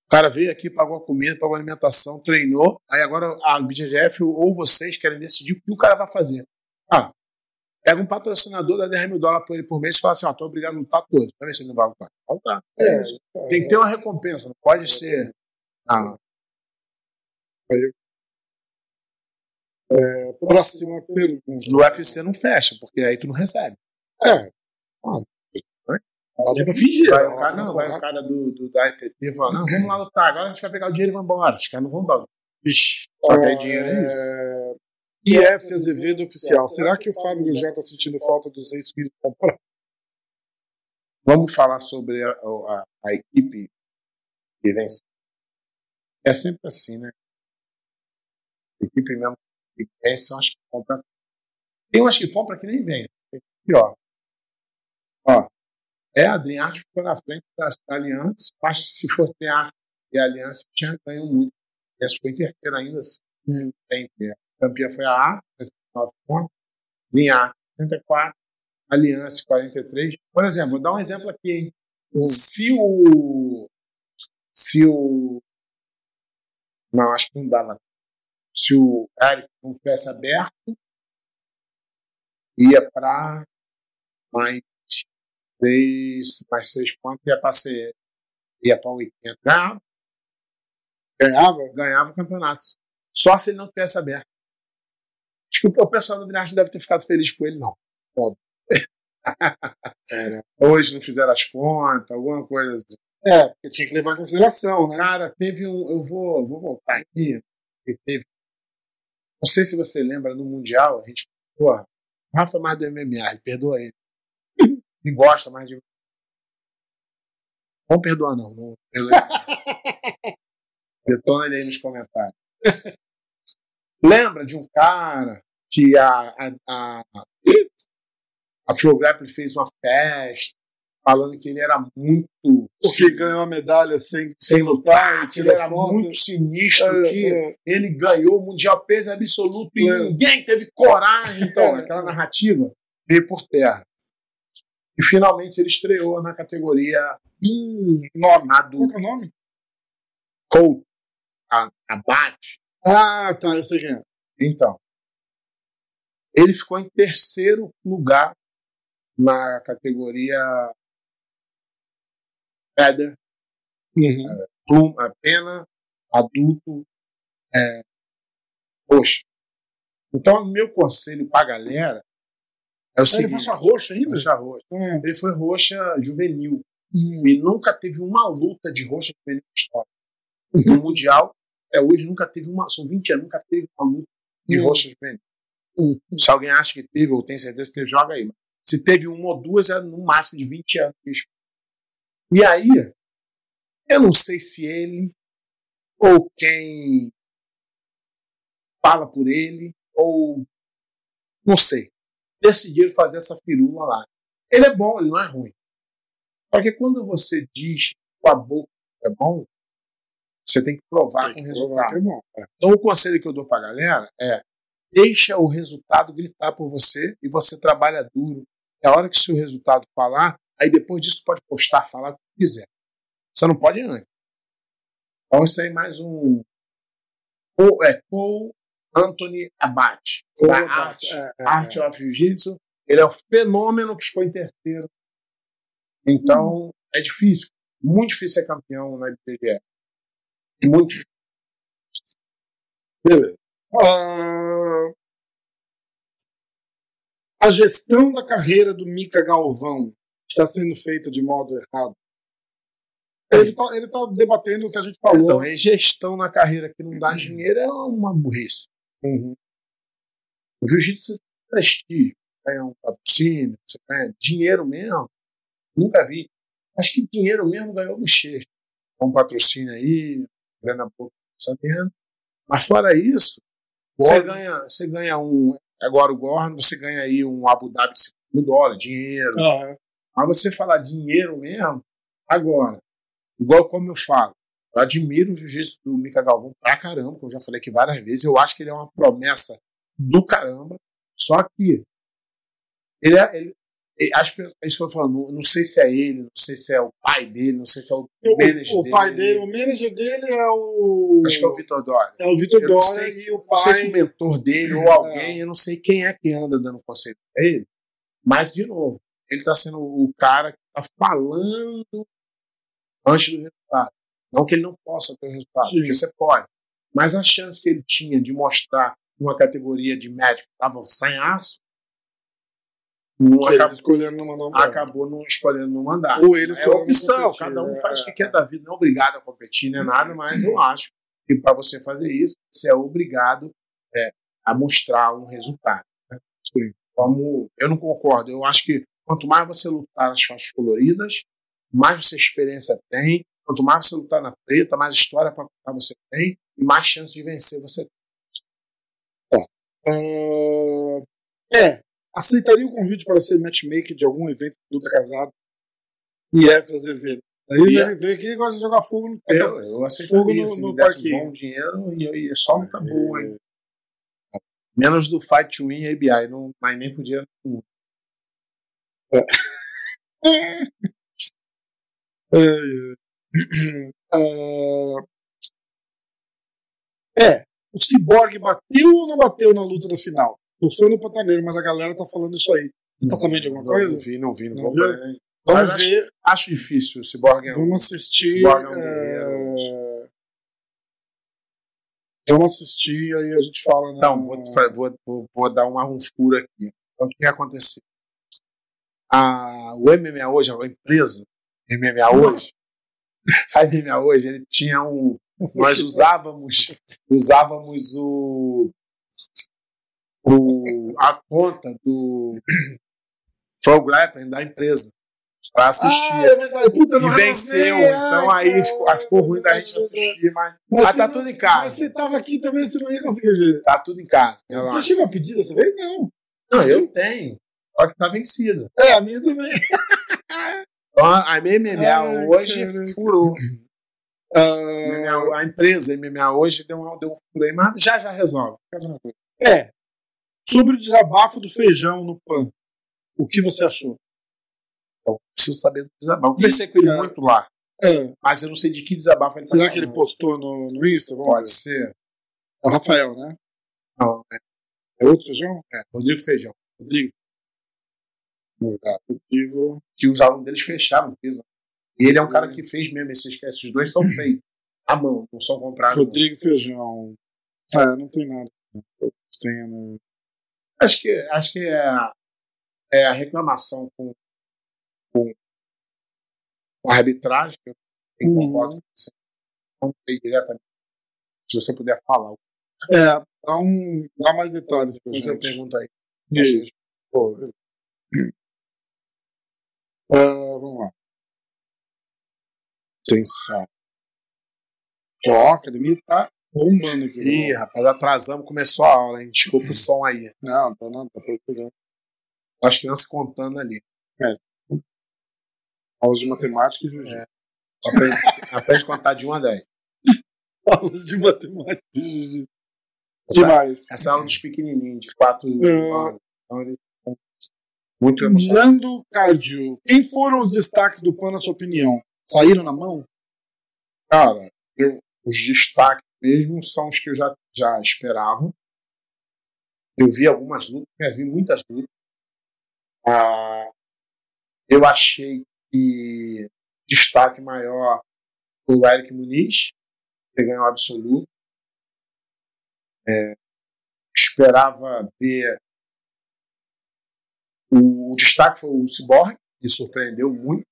O cara veio aqui, pagou a comida, pagou a alimentação, treinou. Aí agora a BGF ou vocês querem decidir o que o cara vai fazer. Ah, pega um patrocinador, dá 10 mil dólares por ele por mês e fala assim: ó, tô obrigado a lutar todo. Pra ver se ele não vai lutar. Vai lutar.
é,
Tem que ter uma recompensa, não pode ser. Ah,
é, próxima pergunta.
no UFC não fecha, porque aí tu não recebe.
É. Ah, dá É pra fingir.
Vai o cara, não, vai o cara do, do- da RTT e fala: não, vamos lá lutar, agora a gente vai pegar o dinheiro e vamos embora. Os caras não vão embora. Vixe, só que aí dinheiro é isso.
É, IF Azevedo Oficial. Será que o Fábio já tá
tá
está sentindo falta dos reis filhos comprar?
Vamos falar sobre a, a- a equipe que vence. É sempre assim, né? A equipe mesmo que vence, são as que compram. Tem umas que compram que nem vem. Pior. Ó, é a Adrian Arte ficou na frente da da Aliança. Acho que se fosse a Arte e a Aliança tinha ganho muito. E essa foi em terceira ainda, assim, sempre. A campeã foi a Arte, 79 pontos. Adrian Arte, 64. Aliança 43. Por exemplo, vou dar um exemplo aqui, hein? Se o. Se o. Não, acho que não dá, não. Se o Eric não tivesse aberto, ia para mais três, mais seis pontos, ia para ser. ia para 80. Ganhava,
Ganhava?
ganhava o campeonato. Só se ele não tivesse aberto. Acho que o o pessoal do Adriano deve ter ficado feliz com ele, não.
Era.
Hoje não fizeram as contas, alguma coisa assim.
É, porque tinha que levar em consideração, né?
Cara, teve um. Eu vou, vou voltar aqui. porque teve. Não sei se você lembra, no Mundial, a gente. Porra, o Rafa é mais do MMA, ele perdoa ele. Ele gosta mais de. Não perdoa, não. não perdoa ele. Detona ele aí nos comentários. Lembra de um cara que a. A, a, a Flograp fez uma festa falando que ele era muito.
Porque ganhou a medalha sem,
sem lutar,
e
que ele
tirou
era
foto.
muito sinistro, que
É, é.
ele ganhou o Mundial peso absoluto e
É.
ninguém teve coragem. Então, aquela narrativa veio por terra. E finalmente ele estreou na categoria hum, nomeado
Qual que é o nome?
Colt, a- abate.
Ah, tá, eu sei quem é.
Então, ele ficou em terceiro lugar na categoria Feather,
Uhum. Ah,
pluma, pena, adulto, é, roxa. Então, meu conselho pra galera é o
Ele
seguinte:
faixa roxa ainda?
faixa roxa.
É.
Ele foi roxa juvenil.
Hum.
E nunca teve uma luta de roxa juvenil na história.
Uhum.
No Mundial, até hoje, nunca teve uma. São 20 anos, nunca teve uma luta de
Hum.
roxa juvenil. Se alguém acha que teve ou tem certeza que joga aí. Se teve uma ou duas, é no máximo de 20 anos. E aí, eu não sei se ele, ou quem fala por ele, ou não sei, decidiram fazer essa firula lá. Ele é bom, ele não é ruim. Só que quando você diz com a boca que é bom, você tem que provar com o resultado.
É bom. É.
Então, o conselho que eu dou pra galera é: deixa o resultado gritar por você e você trabalha duro. E a hora que o seu resultado falar, aí depois disso pode postar, falar o que quiser. Você não pode antes. Então, isso aí é mais um. Ou é Paul Anthony Abate.
Ou
da Arte,
abate, é, é,
Art of Jiu-Jitsu. Ele é um fenômeno que ficou em terceiro. Então, é difícil. Muito difícil ser campeão na IBGE. Muito difícil.
Beleza. Ah, a gestão da carreira do Mica Galvão está sendo feita de modo errado. Ele está debatendo o que a gente falou.
Então, é gestão na carreira que não dá dinheiro é uma burrice.
Uhum.
O jiu-jitsu é prestígio. Ganha um patrocínio, você ganha dinheiro mesmo. Nunca vi. Acho que dinheiro mesmo ganhou bochecha. É Um patrocínio aí, grana pouco sabendo. Mas fora isso, você
Óbvio.
ganha, você ganha um Agora, o Gordon, você ganha aí um Abu Dhabi de 5 mil dólares, dinheiro.
Ah,
Mas você falar dinheiro mesmo, agora, igual como eu falo, eu admiro o jiu-jitsu do Mica Galvão pra caramba, que eu já falei aqui várias vezes, eu acho que ele é uma promessa do caramba, só que ele é. Ele, e as pessoas isso que eu tô falando, não- não sei se é ele, não sei se é o pai dele, não sei se é o,
o,
manager
o pai dele, o manager dele é o.
acho que é o Vitor Dória.
é o Vitor
eu não
Dória
sei-
e o
Não sei se
pai. é.
o mentor dele ou alguém, eu não sei quem é que anda dando conselho pra ele. Mas, de novo, ele tá sendo o cara que tá falando antes do resultado. Não que ele não possa ter o resultado,
Sim.
porque você pode. Mas a chance que ele tinha de mostrar uma categoria de médico que tava sem aço, não
que eles
acabou,
escolheram não mandar um cara.
acabou não escolhendo não mandar.
Ou eles
Ah,
né?
É opção, cada um faz o que quer da vida, não é obrigado a competir, não é nada, mas eu acho que para você fazer isso, você é obrigado é, a mostrar um resultado. né? Como eu não concordo, eu acho que quanto mais você lutar nas faixas coloridas, mais você experiência tem, quanto mais você lutar na preta, mais história para contar você tem e mais chance de vencer você tem.
Ah, é, aceitaria o convite para ser matchmaker de algum evento de luta casado e é fazer venda. Aí
E é.
ele vem aqui e gosta de jogar fogo no teto.
Eu, eu
É, Fogo no-
aceitaria, se
no
me desse
parquinho.
um bom dinheiro e, eu ia só luta boa, hein?
É.
Menos do Fight to Win e ABI, não, mas nem podia
Ai, ai. Ah, é, o Cyborg bateu ou não bateu na luta da final? Não foi no Pantaneiro, mas a galera tá falando isso aí. Você tá sabendo de alguma
Não,
coisa?
Não vi, não vi. Não
Não
vou
viu?
ver, né?
Vamos
Mas acho-
ver,
Acho difícil. O Cyborg é um-
vamos assistir.
Cyborg é um
eh,
guerreiro,
Vamos assistir, aí a gente fala. né? na-
Então, vou, fa- vou, vou, vou dar uma furo aqui. Então, o que aconteceu? A, o MMA hoje, a empresa MMA hoje, a MMA hoje, ele tinha um. Nós usávamos, usávamos o, o, a conta do Pro Grappling da empresa para
Ah,
assistir.
é verdade. Puta, eu não
e venceu.
renovei.
Então
Ai,
aí
cara.
ficou, ficou ruim da gente assistir, mas.
Mas
ah,
você
tá
não-
tudo em casa.
Mas você tava aqui também, você não ia conseguir ver.
Tá tudo em casa. relaxa.
Você chegou a pedir dessa vez? Não.
Não, eu tenho. Só que tá vencida.
É, a minha também.
Então, a a MMA
Ai,
hoje
caraca.
furou. A
Ah,
MMA a empresa MMA hoje deu um, deu um furo aí, mas já já resolve.
é. Sobre o desabafo do feijão no PAN. O que você achou?
Então, preciso saber do desabafo. Eu Conversei com ele
Cara.
muito lá,
É,
mas eu não sei de que desabafo ele tá
será que ele
falando.
postou no, no Insta? Vamos
Pode ser.
ver. É o Rafael, né?
Não,
É outro feijão?
é, Rodrigo Feijão.
Rodrigo. Verdade. Rodrigo.
Que os alunos deles fecharam o peso. E ele é um
Hum.
cara que fez mesmo. Esses, esses dois são feitos. À mão, não são comprados. Ah, não.
Rodrigo Feijão. Ah, não tem nada. né? Tem no...
Acho que, acho que é, a- é a reclamação com, com, com a arbitragem, que eu não
Uhum.
concordo com você. Não sei diretamente. Se você puder falar,
É, dá, um, dá mais detalhes pra
depois
gente.
eu pergunto aí.
Isso. Pô, beleza. Ah, vamos lá. Atenção. Ó, a academia tá bombando aqui.
Ih, rapaz, atrasamos, começou a aula, hein? Desculpa o som aí.
Não, tá não, tá pra pegar.
As crianças contando ali.
Aulas de matemática e jiu-jitsu.
Aprende, aprende a contar de 1 a 10.
Aulas de matemática e jiu-jitsu. Demais.
Essa aula dos pequenininhos, de 4
Ah.
anos. Então, eles ficam muito emocionante.
Nando Cardio. Quem foram os destaques do PAN na sua opinião? Saíram na mão?
Cara, eu- os destaques mesmo são os que eu já, já esperava. Eu vi algumas lutas, eu vi muitas lutas. Ah, eu achei que destaque maior foi o Eric Muniz, que ganhou o absoluto. É, esperava ver. O, o destaque foi o Cyborg, que surpreendeu muito.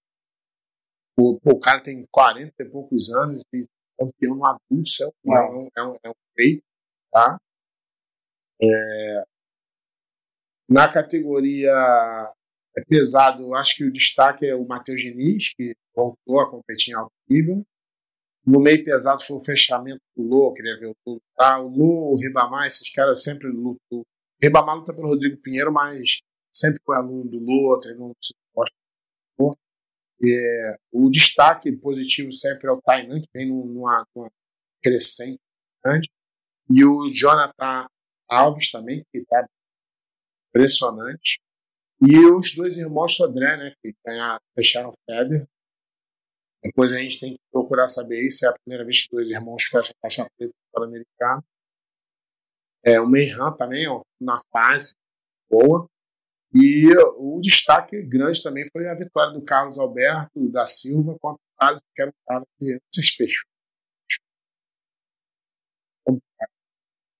O, pô, o cara tem 40 e poucos anos e é campeão no adulto, isso é um, é um, é um, é um feito, tá? É, na categoria é pesado, eu acho que o destaque é o Matheus Diniz, que voltou a competir em alto nível. No meio pesado foi o fechamento do Lô, eu queria ver o Lô lutar. O Lô, o Ribamar, esses caras sempre lutam, Ribamar luta pelo Rodrigo Pinheiro, mas sempre foi aluno do Lula, treinou no Cineposta. É, o destaque positivo sempre é o Tainan, que vem numa, numa crescente grande. E o Jonathan Alves também, que está impressionante. E os dois irmãos Sodré, né, que ganharam, fecharam o Feder. Depois a gente tem que procurar saber isso. É a primeira vez que dois irmãos fecham a faixa preta para o americano. É, o Meihan também, ó, na fase boa. E o destaque grande também foi a vitória do Carlos Alberto da Silva contra o Thales, que era um cara que não se fechou. Complicado.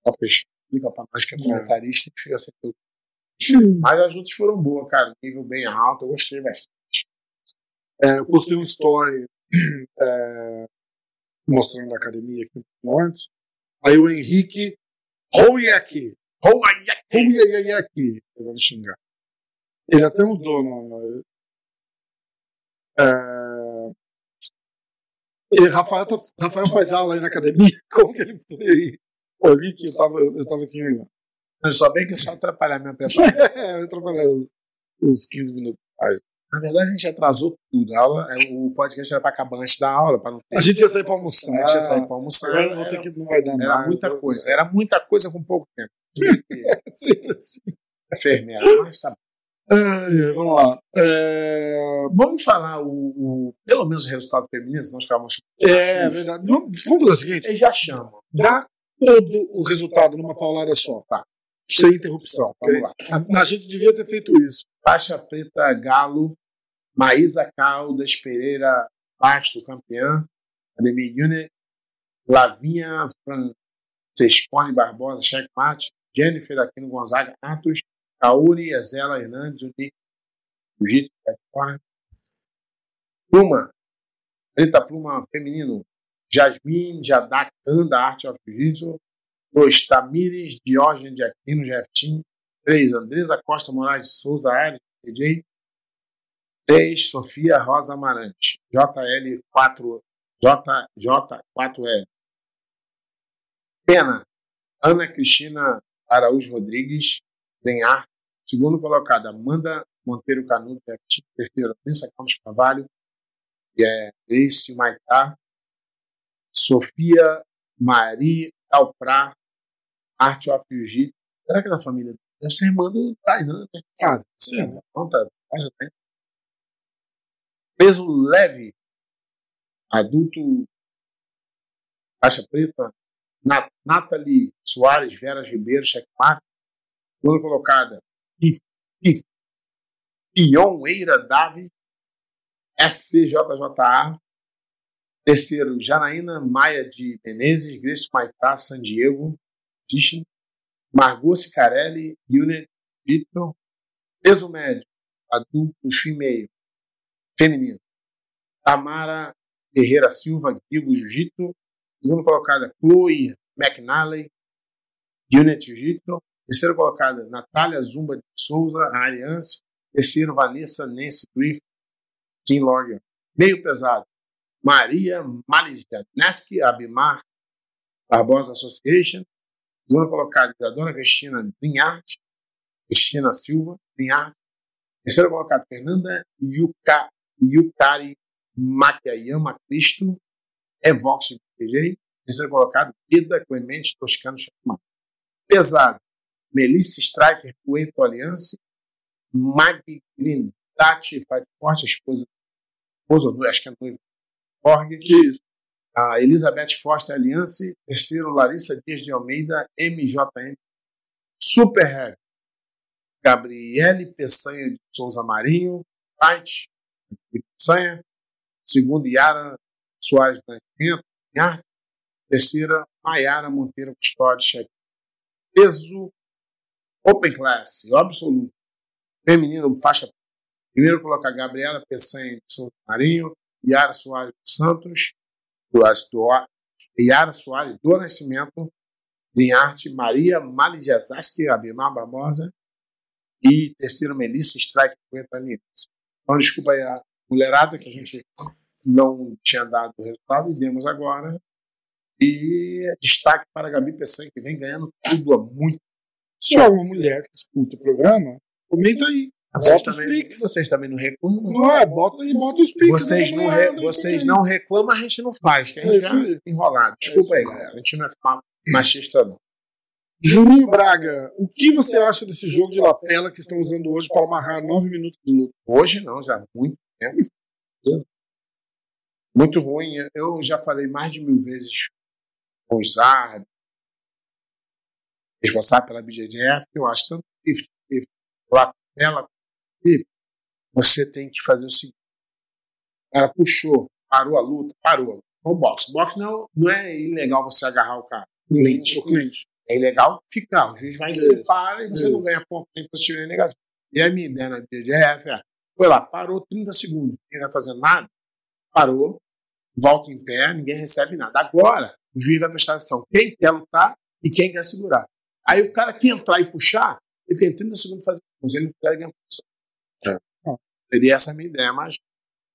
Só fechou. Explica pra nós que é comentarista e fica sem tudo. Mas as lutas foram boas, cara. Nível bem alto, eu gostei bastante.
É, eu postei um story é, mostrando a academia aqui um pouquinho antes. Aí o Henrique Rouyaki. Rouyaki. Rouyaki. Eu vou me xingar. Ele até mudou o nome. É, e Rafael, tá- Rafael faz aula aí na academia. Como que ele foi aí? Pô, Eu vi que eu tava, eu tava aqui olhando.
Eu só bem que eu só atrapalhar minha pessoa.
é, eu atrapalhei os, os 15 minutos.
Na verdade, a gente atrasou tudo. A aula, é, o podcast era pra acabar antes da aula, pra não ter.
A gente ia sair É. pra almoçar.
A gente ia sair pra almoçar.
é. Ah, Agora eu vou ter
Era,
que. Não vai dar
era
mais.
muita coisa. Era muita coisa com pouco tempo.
Sempre assim.
Enfermeira, mas tá bom.
Ai, ai, vamos lá. É,
Vamos falar o, o- pelo menos o resultado feminino, senão os caras vão chamar.
é verdade. Vamos, vamos fazer o seguinte:
Eles já chamam.
dá todo o resultado numa paulada só, tá? Sem interrupção.
Vamos lá.
A, a gente devia ter feito isso.
Faixa Preta Galo, Maísa Caldas, Pereira Basto, campeã, Ademir Junior, Lavinha Francescone Barbosa, Cheque Mate, Jennifer Aquino Gonzaga, Atos, Kaori, Azela Hernandes, Unique, Jiu-Jitsu, Capricórnio, Pluma, Preta Pluma Feminino, Jasmine Jadak Khan, da Arte of Jiu-Jitsu, 2. Tamires Diógenes de Aquino, Jeftim, 3. Andresa Costa Moraes de Souza Aires, DJ. 3. Sofia Rosa Amarante, JL4, JJ4L. Pena, Ana Cristina Araújo Rodrigues, Lenhar. Segundo colocado, Amanda Monteiro Canudo, Jeftim. Terceira, Vanessa Campos Carvalho, e é, Grace Maitá. Sofia Maria Alprá, Art of Jiu-Jitsu. Será que é da família essa irmã do Tainan, né? Cara, sim. Não, tá, tá, já tem. Peso leve, adulto, faixa preta, Na- Nathalie Soares, Vera Ribeiro, Checkmate, segunda colocada, If- If- Ion Eira Davi, SCJJA, terceiro, Janaína Maia de Menezes, Grace Maitá, San Diego, Disney, Margot Cicarelli, Unit Vitor, peso médio, adulto, female, feminino. Tamara Ferreira Silva, Guigo Jiu-Jitsu. Segunda colocada, Chloe McNally, Unit Jiu-Jitsu. Terceira colocada, Natália Zumba de Souza, Aliança. Terceiro, Vanessa Nancy Griffith, Tim Lorian. Meio pesado, Maria Malijaneski, Abimar Barbosa Association. Segunda colocada, Isadora Cristina Linharte, Cristina Silva Linharte. Terceira colocada, Fernanda Yuka, Yukari Makayama Cristo, é Evox BPG. Terceiro colocado, Ida Clemente Toscano Chacumar. Pesado, Melissa Striker Coeto Aliança, Mag Grindati Forte, esposa, esposa, ou noiva, acho que é noiva, Borges. A Elizabeth Foster Aliança, terceiro Larissa Dias de Almeida, MJM, Super Heavy, Gabriele Peçanha de Souza Marinho, Tait de Peçanha, segundo Yara Soares Nascimento, Pinhar. terceira Maiara Monteiro Custódio, cheque. Peso Open Class, absoluto, feminino, faixa primeiro colocar Gabriela Peçanha de Souza Marinho, Yara Soares dos Santos, do, do, Yara Soares do Nascimento, Linharte, Maria Malijazaski, Abimar Barbosa e terceiro Melissa Strike Coenta Lins. Então, desculpa aí a mulherada que a gente não tinha dado o resultado e demos é agora. E destaque para a Gabi Pessan, que vem ganhando tudo há muito
Se tiver alguma mulher que escuta o programa, comenta aí.
Vocês
Bota os
também,
pics.
vocês também não reclamam.
Não é? Bota aí, bota os piques.
Vocês não, re- vocês não reclamam, a gente não faz. Que a
É
gente
isso
já
aí.
enrolado. Desculpa aí, galera. A gente não é ma- machista, não.
Juninho Braga, o que você acha desse jogo de lapela que estão usando hoje para amarrar nove minutos de luta?
Hoje não, já há muito tempo. Muito ruim. né? Eu já falei mais de mil vezes com os árbitros, responsável pela BGDF, que é um eu acho tanto que lapela você tem que fazer o seguinte. O cara puxou, parou a luta, parou. O boxe. Boxe não, não é ilegal você agarrar o cara. Cliente.
cliente.
É ilegal ficar. O juiz vai e
Isso.
separa e você não ganha ponto nem positivo nem negativo. E a minha ideia na BDF é: foi lá, parou 30 segundos, ninguém vai fazer nada, parou, volta em pé, ninguém recebe nada. Agora, o juiz vai prestar atenção. Quem quer lutar e quem quer segurar. Aí o cara que entrar e puxar, ele tem 30 segundos para fazer mas ele não fizer, ele ganha posição.
É.
Seria essa a minha ideia, mas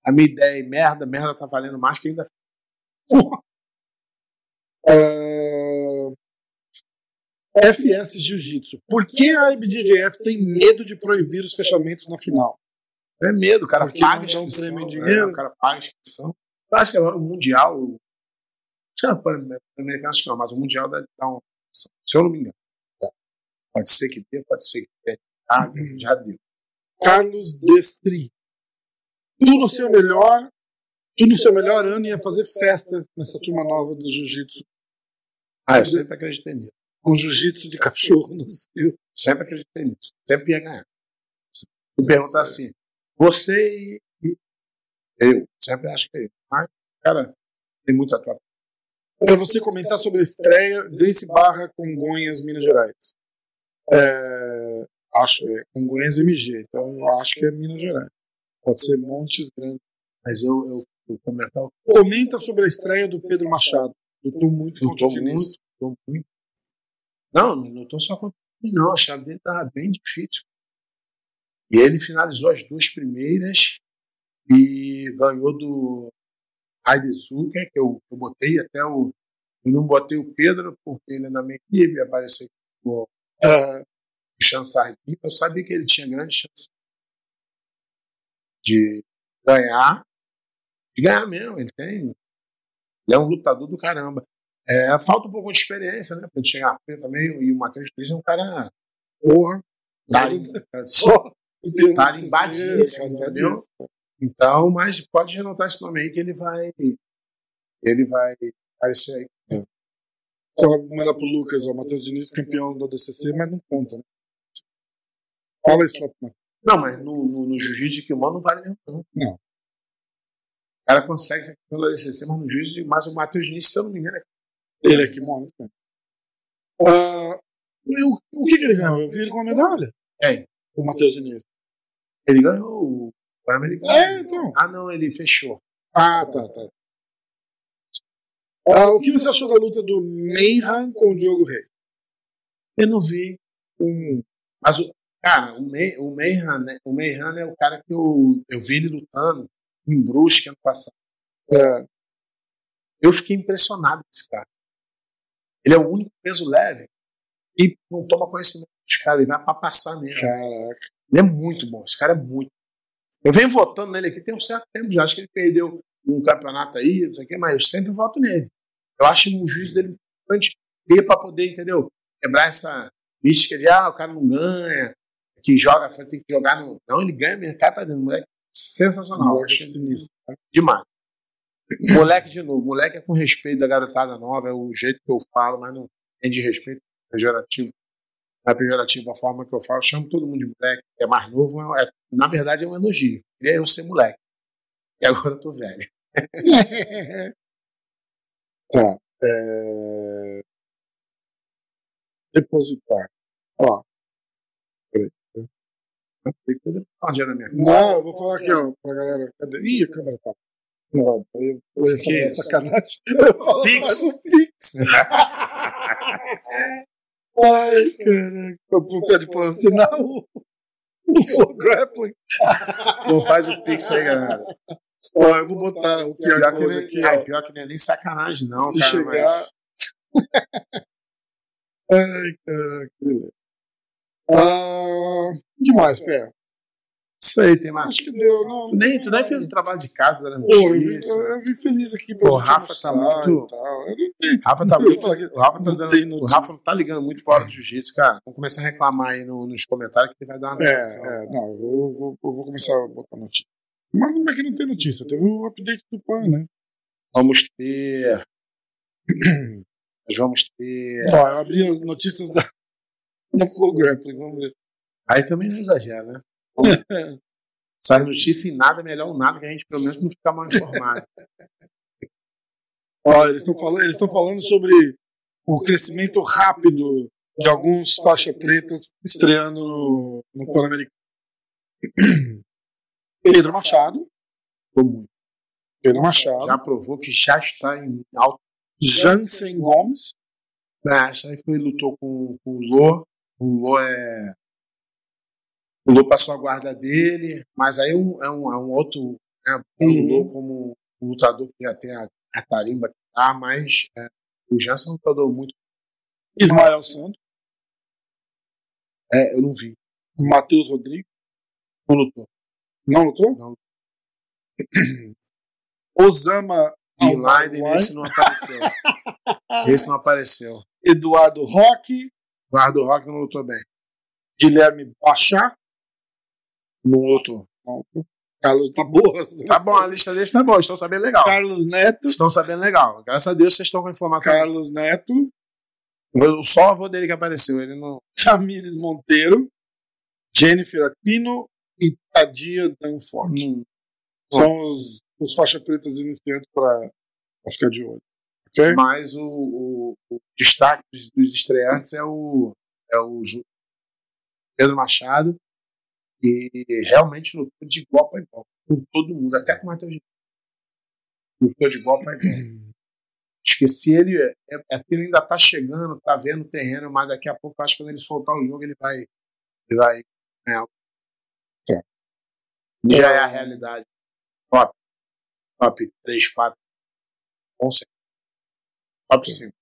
a minha ideia é merda, merda tá valendo mais que ainda.
FS É, Jiu-Jitsu. Por que a IBJJF tem medo de proibir os fechamentos na final?
É medo, o cara
Porque
paga
não dá um
inscrição,
prêmio de
né?
dinheiro.
O cara paga inscrição. Eu acho que agora o Mundial. o- Acho que era o Pan- Pan-Americano, acho que não, mas o Mundial deve dar um. Se eu não me engano. Tá. Pode ser que dê, pode ser que dê. Ah, já deu.
Carlos Destri. Tu no seu melhor, tu no seu melhor ano ia fazer festa nessa turma nova do Jiu-Jitsu.
Ah, eu sempre acreditei nisso.
Com Jiu-Jitsu de cachorro no seu.
Sempre acreditei nisso. Sempre ia ganhar. Tu pergunta assim, você e. e- Eu. Sempre acho que é isso. Mas, cara, tem muito atleta.
Para você comentar sobre a estreia, Grace Barra, Congonhas, Minas Gerais. É, acho, é Congonhas MG, então eu acho que é Minas Gerais. Pode ser Montes Grandes.
Mas eu, eu, eu comentar o
Comenta sobre a estreia do Pedro Machado. Eu tô muito
Eu
contra
tô
o Diniz.
muito, tô muito. Não, não tô só contra ele, não. A chave dele estava bem difícil. E ele finalizou as duas primeiras e ganhou do Aidesuka, que eu, eu botei até o. Eu não botei o Pedro, porque ele é da minha equipe, apareceu com o
Ah,
Cristiano Sardinha. Eu sabia que ele tinha grande chance de ganhar. De ganhar mesmo, ele tem. Ele é um lutador do caramba. É, falta um pouco de experiência, né? Pra ele chegar a também. E o Matheus Cris é um cara. né,
porra.
tarim-
Só.
Tarimbadíssimo, Um entendeu? Então, mas pode anotar esse nome aí que ele vai. Ele vai aparecer aí.
Só mandar pro Lucas, ó. Matheus Diniz, campeão do DCC, mas não conta, né? Fala isso lá pro Matheus.
Não, mas no, no, no jiu-jitsu de kimono não vale mesmo, não.
Não.
O cara consegue ser campeão da LCC, mas no jiu-jitsu, de- mas o Matheus Diniz, se eu não me engano, é
Ele é que morre. né? Ah, e o- o que, que ele ganhou? Eu vi ele com uma medalha.
Quem?
O Matheus Diniz.
Ele ganhou o Pan-Americano.
É, então.
Ah, não, ele fechou.
Ah, tá, tá. Ah, o que você achou da luta do Meihan com o Diogo Reis?
Eu não vi.
Um,
Mas o cara, o, May, o Mayhan, né? O Mayhan é o cara que eu, eu vi ele lutando em Brusque ano passado.
é,
Eu fiquei impressionado com esse cara. Ele é o único peso leve que não toma conhecimento dos caras, ele vai pra passar mesmo.
caraca.
Ele é muito bom, esse cara é muito. Eu venho votando nele aqui tem um certo tempo já, acho que ele perdeu um campeonato aí, não sei o quê, mas eu sempre voto nele. Eu acho um juiz dele importante dele pra poder, entendeu? Quebrar essa mística de, ah, o cara não ganha, que joga, tem que jogar no. Não, ele ganha mesmo, cai pra dentro, moleque. Sensacional, eu
Moleque
acho ele
é sinistro.
demais. Moleque de novo, moleque é com respeito da garotada nova, é o jeito que eu falo, mas não tem de respeito pejorativo. Não é pejorativo a forma que eu falo, eu chamo todo mundo de moleque, é mais novo, é- na verdade é um elogio. Queria eu ser moleque. E agora eu tô velho.
Tá. É... Depositar. Ó,
Tem coisa que tá na minha vida.
não, eu vou falar aqui, ó, pra galera. Cadê? Ih, a câmera tá. Não, eu, eu ia fazer
Que?
essa sacanagem. Eu falo,
Pix.
faz um pix. Ai, caraca. Foi pro pé de pano assinar o, assim, o Flow Grappling.
Então faz o pix aí, galera.
Ó, eu vou botar o QR
Pior que,
Code
nem-
aqui,
ai,
ó.
pior que nem, nem sacanagem, não.
é. se
cara, mas-
chegar. Ai, caraca. que beleza. Ah, demais, pé.
Isso aí, tem mais.
Acho que deu. Não,
Tu nem, tu nem fez o trabalho de casa, né?
Pô, eu, vim- eu vim feliz aqui pra
Pô,
gente
Rafa tá
almoçar
muito-
e tal. Eu não tenho-
Rafa tá
Eu ia
muito.
falar que-
O Rafa, tá
não
dando-
tem notícia.
o Rafa não tá ligando muito pra hora do jiu-jitsu, cara. Vamos começar a reclamar aí no- nos comentários que ele vai dar uma
É,
atenção.
é, não, eu, vou- eu vou começar a botar notícia. Mas como é que não tem notícia? Teve o update do PAN, né?
Vamos ter. Nós vamos ter.
Ó, eu abri as notícias da, da Flow Grappling, vamos ver.
Aí também não exagera, né? Sai notícia e nada é melhor o nada que a gente pelo menos não ficar mal informado.
Ó, eles estão falando, eles estão falando sobre o crescimento rápido de alguns faixas pretas estreando no, no Pan-Americano. Pedro Machado. Pedro Machado.
Já provou que já está em alto.
Jansen Gomes.
Ah, isso aí foi lutou com, com o Lô. O Lô é. O Lô passou a guarda dele, mas aí é um, é um, é um outro. Né,
Uhum.
O Lô, como um lutador que já tem a, a tarimba que tá, mas é, o Jansen é um lutador muito.
Ismael Santos.
É, eu não vi.
Matheus Rodrigues.
Não lutou.
Não lutou?
Não.
Osama
Bin Laden,
Al-Marwai,
esse não apareceu. esse não apareceu.
Eduardo Roque.
Eduardo Rock não lutou bem.
Guilherme Bachá.
Não lutou.
Carlos tá boa.
Tá bom, a lista deles tá boa. Estão sabendo legal.
Carlos Neto.
Estão sabendo legal. Graças a Deus vocês estão com a informação.
Carlos Neto.
Eu- Só o avô dele que apareceu. Ele não.
Tamires Monteiro, Jennifer Aquino e Tadia Danford.
não-
São os, os faixa pretas iniciantes para ficar de olho. Ok?
Mas o, o- o destaque dos, dos estreantes é o, é o Ju- Pedro Machado. E realmente lutou de golpe a golpe. Com todo mundo, até com o Matheus. Henrique. Lutou de golpe a golpe. Esqueci ele, é, é porque ele ainda tá chegando, tá vendo o terreno, mas daqui a pouco eu acho que quando ele soltar o jogo ele vai. Ele vai ganhar. É.
Tá.
Já é a realidade. Top. Top 3, 4. Com certeza. Top 5.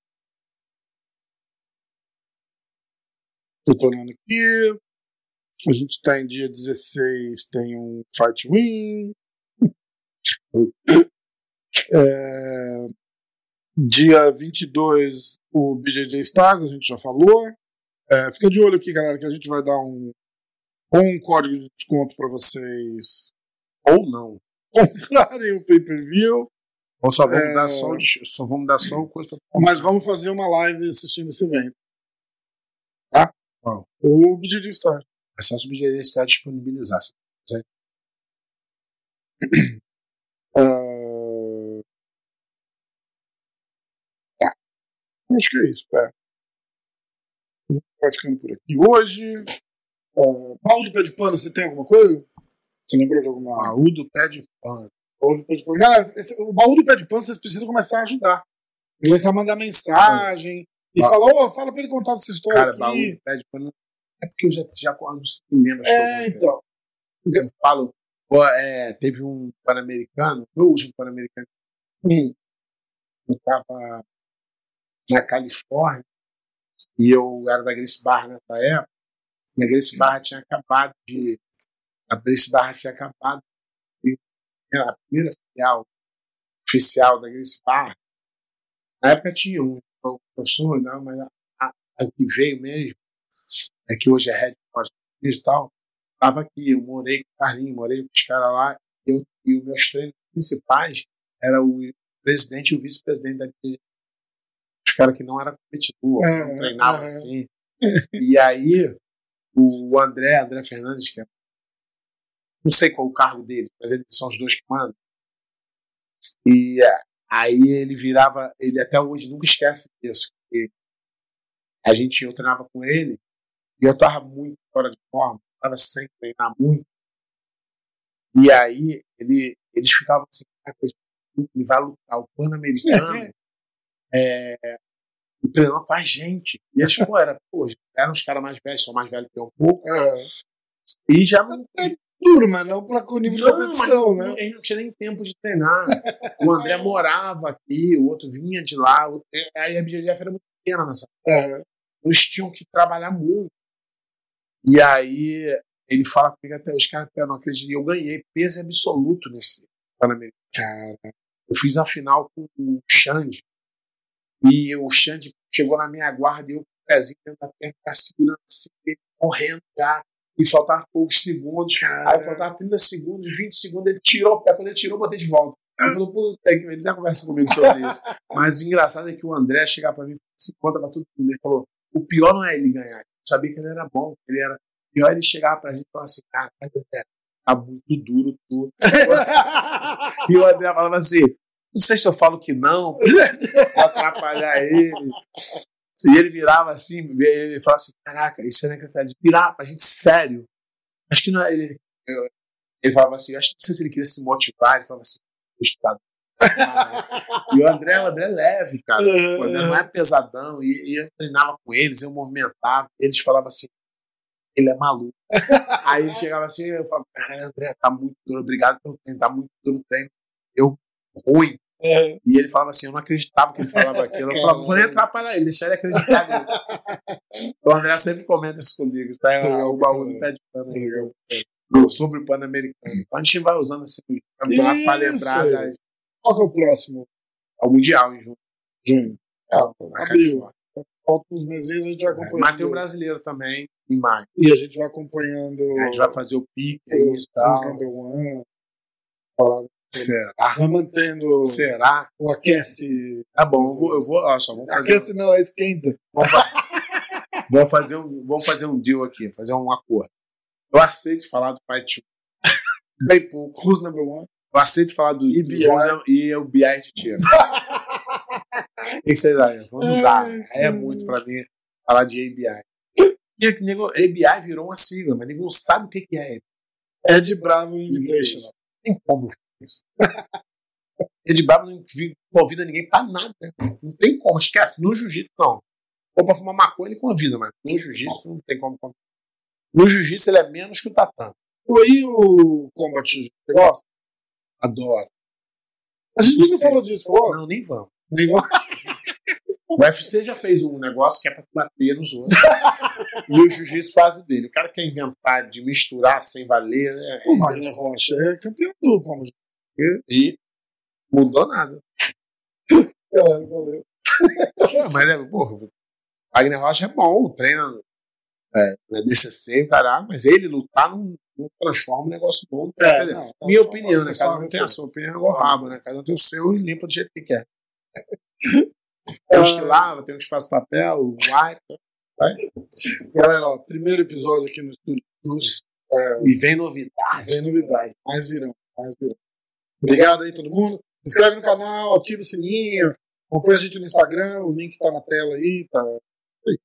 Eu tô olhando aqui. A gente tá em dia 16, tem um Fight Win. É, dia 22, o BJJ Stars, a gente já falou. É, fica de olho aqui, galera, que a gente vai dar um, ou um código de desconto pra vocês
Ou não.
comprarem o pay-per-view.
Ou só vamos
É.
dar só, o des- só vamos dar só o coisa pra
Mas vamos fazer uma live assistindo esse evento. Tá?
Bom.
O BJJ Stars.
é só subsidiar se disponibilizar.
É. Ah, Tá. Acho que é isso, pé. A gente Vai ficando por aqui hoje. Ah, Baú do pé de pano, você tem alguma coisa? Você lembrou de alguma?
Baú do pé de pano.
Baú do pé de pano. Galera, esse- o baú do pé de pano vocês precisam começar a ajudar. Começar a mandar mensagem. E
Ba-
falar, ô, fala pra ele contar dessa história
É. Cara,
aqui.
baú do pé de pano. É porque eu já, já quando se lembra
É, então.
Eu falo, ó, é, teve um pan-americano, meu último pan-americano,
Hum.
eu tava na Califórnia e eu era da Grace Barra nessa época, e a Grace Barra tinha acabado de. A Grace Barra tinha acabado de. Era a primeira filial oficial da Grace Barra. Na época tinha um professor, não, mas a, a- a que veio mesmo, é que hoje é Red Cross e tal, estava aqui. Eu morei com o Carlinhos, morei com os caras lá, e eu, e os meus treinos principais era o presidente e o vice-presidente da Os caras que não eram competidor,
É,
não treinavam
é.
assim. E aí, o André, André Fernandes, que é, não sei qual é o cargo dele, mas eles são os dois que mandam. E é, aí ele virava, ele até hoje nunca esquece disso. porque a gente, eu treinava com ele, e eu tava muito fora de forma, tava sem treinar muito. E aí ele, eles ficavam assim, "Ah, coisa, ele vai lutar o Pan-Americano é, e treinou com a gente. E acho que era, pô, eram os caras mais velhos, são mais velhos que eu um pouco,
É.
e já não
Duro, mas não pra com nível de competição,
mas
né?
Ele não tinha nem tempo de treinar. o André morava aqui, o outro vinha de lá. o- é, Aí a BJJF era muito pequena nessa
É.
eles tinham que trabalhar muito. E aí ele fala comigo até os caras, pera, não acredito. E eu ganhei peso absoluto nesse Pan-Americano. Cara, eu fiz a final com o Xande. E o Xande chegou na minha guarda e eu com o pezinho dentro da perna, cara, segurando assim, ele correndo já. E faltava poucos segundos. Aí faltava 30 segundos, 20 segundos, ele tirou o pé. Quando ele tirou, eu botei de volta. Ele falou, puta que ele tá conversa comigo sobre isso. Mas o engraçado é que o André chegar pra mim se conta pra todo mundo. Ele falou: o pior não é ele ganhar. Eu sabia que ele era bom, que ele era. O pior é ele chegar pra gente e falar assim, cara, mas André, tá muito duro tu. e o André falava assim, não sei se eu falo que não, pra atrapalhar ele. E ele virava assim, ele falava assim, caraca, isso é secretário de virar pra gente sério. Acho que não é ele. eu- Ele falava assim, acho que não sei se ele queria se motivar, ele falava assim, estudado. e o André, o André é leve, cara. O André não é pesadão. E, e eu treinava com eles, eu movimentava. Eles falavam assim, ele é maluco. Aí ele chegava assim, eu falava, caralho, André, tá muito duro, obrigado pelo treino, tá muito duro o treino. Eu, ruim.
É.
E ele falava assim, eu não acreditava que ele falava aquilo. Eu falava, vou nem atrapalhar ele, deixar ele acreditar nisso. o André sempre comenta isso comigo, isso tá? O baú do pé de pano aí, eu- eu- Sobre o Pan-Americano. A gente vai usando assim,
Isso.
pra lembrar das,
Qual que é o próximo?
ao Mundial em junho.
Junho.
É, na
Abril.
Califórnia.
Falta uns meses a gente vai acompanhando.
É, Mas tem o brasileiro também, em maio.
E a gente vai acompanhando
A gente vai fazer o pique aí
os
e tal.
number one. Parada.
Será?
Vai mantendo
Será?
o aquece.
Tá bom, eu vou, eu vou ó, só vamos fazer, um
Aquece não, é esquenta.
vamos, fazer um, vamos fazer um deal aqui, fazer um acordo. Eu aceito falar do Pai Tio. Bem pouco.
Who's number one?
Eu aceito falar do
E
do
BI.
Rosa e o BI de tiro. O que vocês acham? Não dá.
Ai,
É muito pra mim falar de ABI. Gente, nego, ABI virou uma sigla, mas ninguém sabe o que que é
Ed Bravo Invitational.
tem como eu fazer isso. Ed Bravo não convi- convida ninguém pra nada. Não tem como, esquece. No jiu-jitsu, não. Ou pra fumar maconha, ele convida, mas no jiu-jitsu não tem como. convidar. No jiu-jitsu, ele é menos que o tatame.
Pô, E o Combat Jiu-Jitsu? Você gosta?
Adoro.
A gente nunca
Sim.
falou disso, falou?
Não, nem vamos.
Nem vou-
O UFC já fez um negócio que é pra bater nos outros. e o jiu-jitsu faz o dele. O cara quer inventar de misturar sem valer. né?
O Wagner Rocha é campeão do Combat Jiu-Jitsu.
E mudou nada.
Galera, valeu.
É, mas é, porra, Wagner Rocha é bom, treina é, na DCC, caralho, mas ele lutar não, não transforma um negócio bom. Quer dizer,
É, não,
minha
só-
opinião,
só-
né?
só
Cada um tem a sua opinião, é igual rabo, né? Cada um tem o seu e limpa do jeito que quer. Tem
Ah.
uns que lava, tem uns que faz papel, vai,
Galera, ó, primeiro episódio aqui no Estúdio é, Cruz.
e vem novidade.
Vem novidade. Mais virão, mais virão. Obrigado aí, todo mundo. Se inscreve no canal, ativa o sininho, acompanha a gente no Instagram, o link tá na tela aí, tá?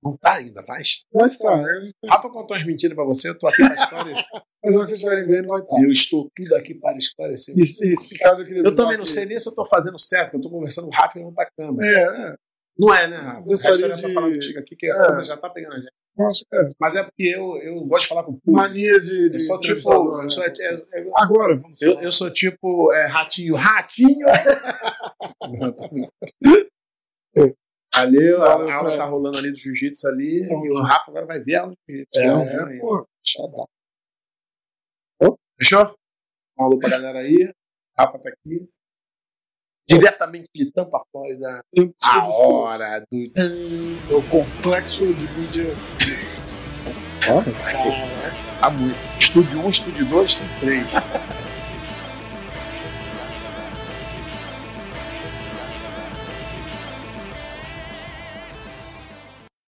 Não tá ainda, vai.
Vai estar, né?
Rafa contou as mentiras pra você, eu tô aqui pra esclarecer.
mas vocês estiverem vendo, vai estar.
eu estou tudo aqui para esclarecer.
E se, se caso eu queria
Eu
avisar
também não
que-
sei nem se eu tô fazendo certo, porque eu tô conversando com o Rafa e não tá câmera.
É, é.
Não é, né, Rafa?
Gostaria
Gostaria de... pra
de- É.
falar contigo aqui, que a câmera já tá pegando a gente.
Nossa, cara.
Mas é porque eu, eu gosto de falar com o público.
Mania de. de
Eu sou tipo.
entrevistador, né?
Eu sou, é- é-
Agora, vamos
eu, eu sou tipo é, ratinho. Ratinho! Não, tá bom. Valeu, a
Valeu,
a aula
cara.
tá rolando ali do jiu-jitsu ali.
Então,
e o Rafa agora vai ver a aula do jiu-jitsu.
É,
Não,
é,
não,
pô, chato.
Fechou? Um alô pra galera aí. Rafa tá aqui. Diretamente de Tampa, Flórida.
Eu preciso
A
de
hora do.
esforço. É o complexo de mídia.
um, Tá muito. Estúdio 1, estúdio 2, estúdio 3.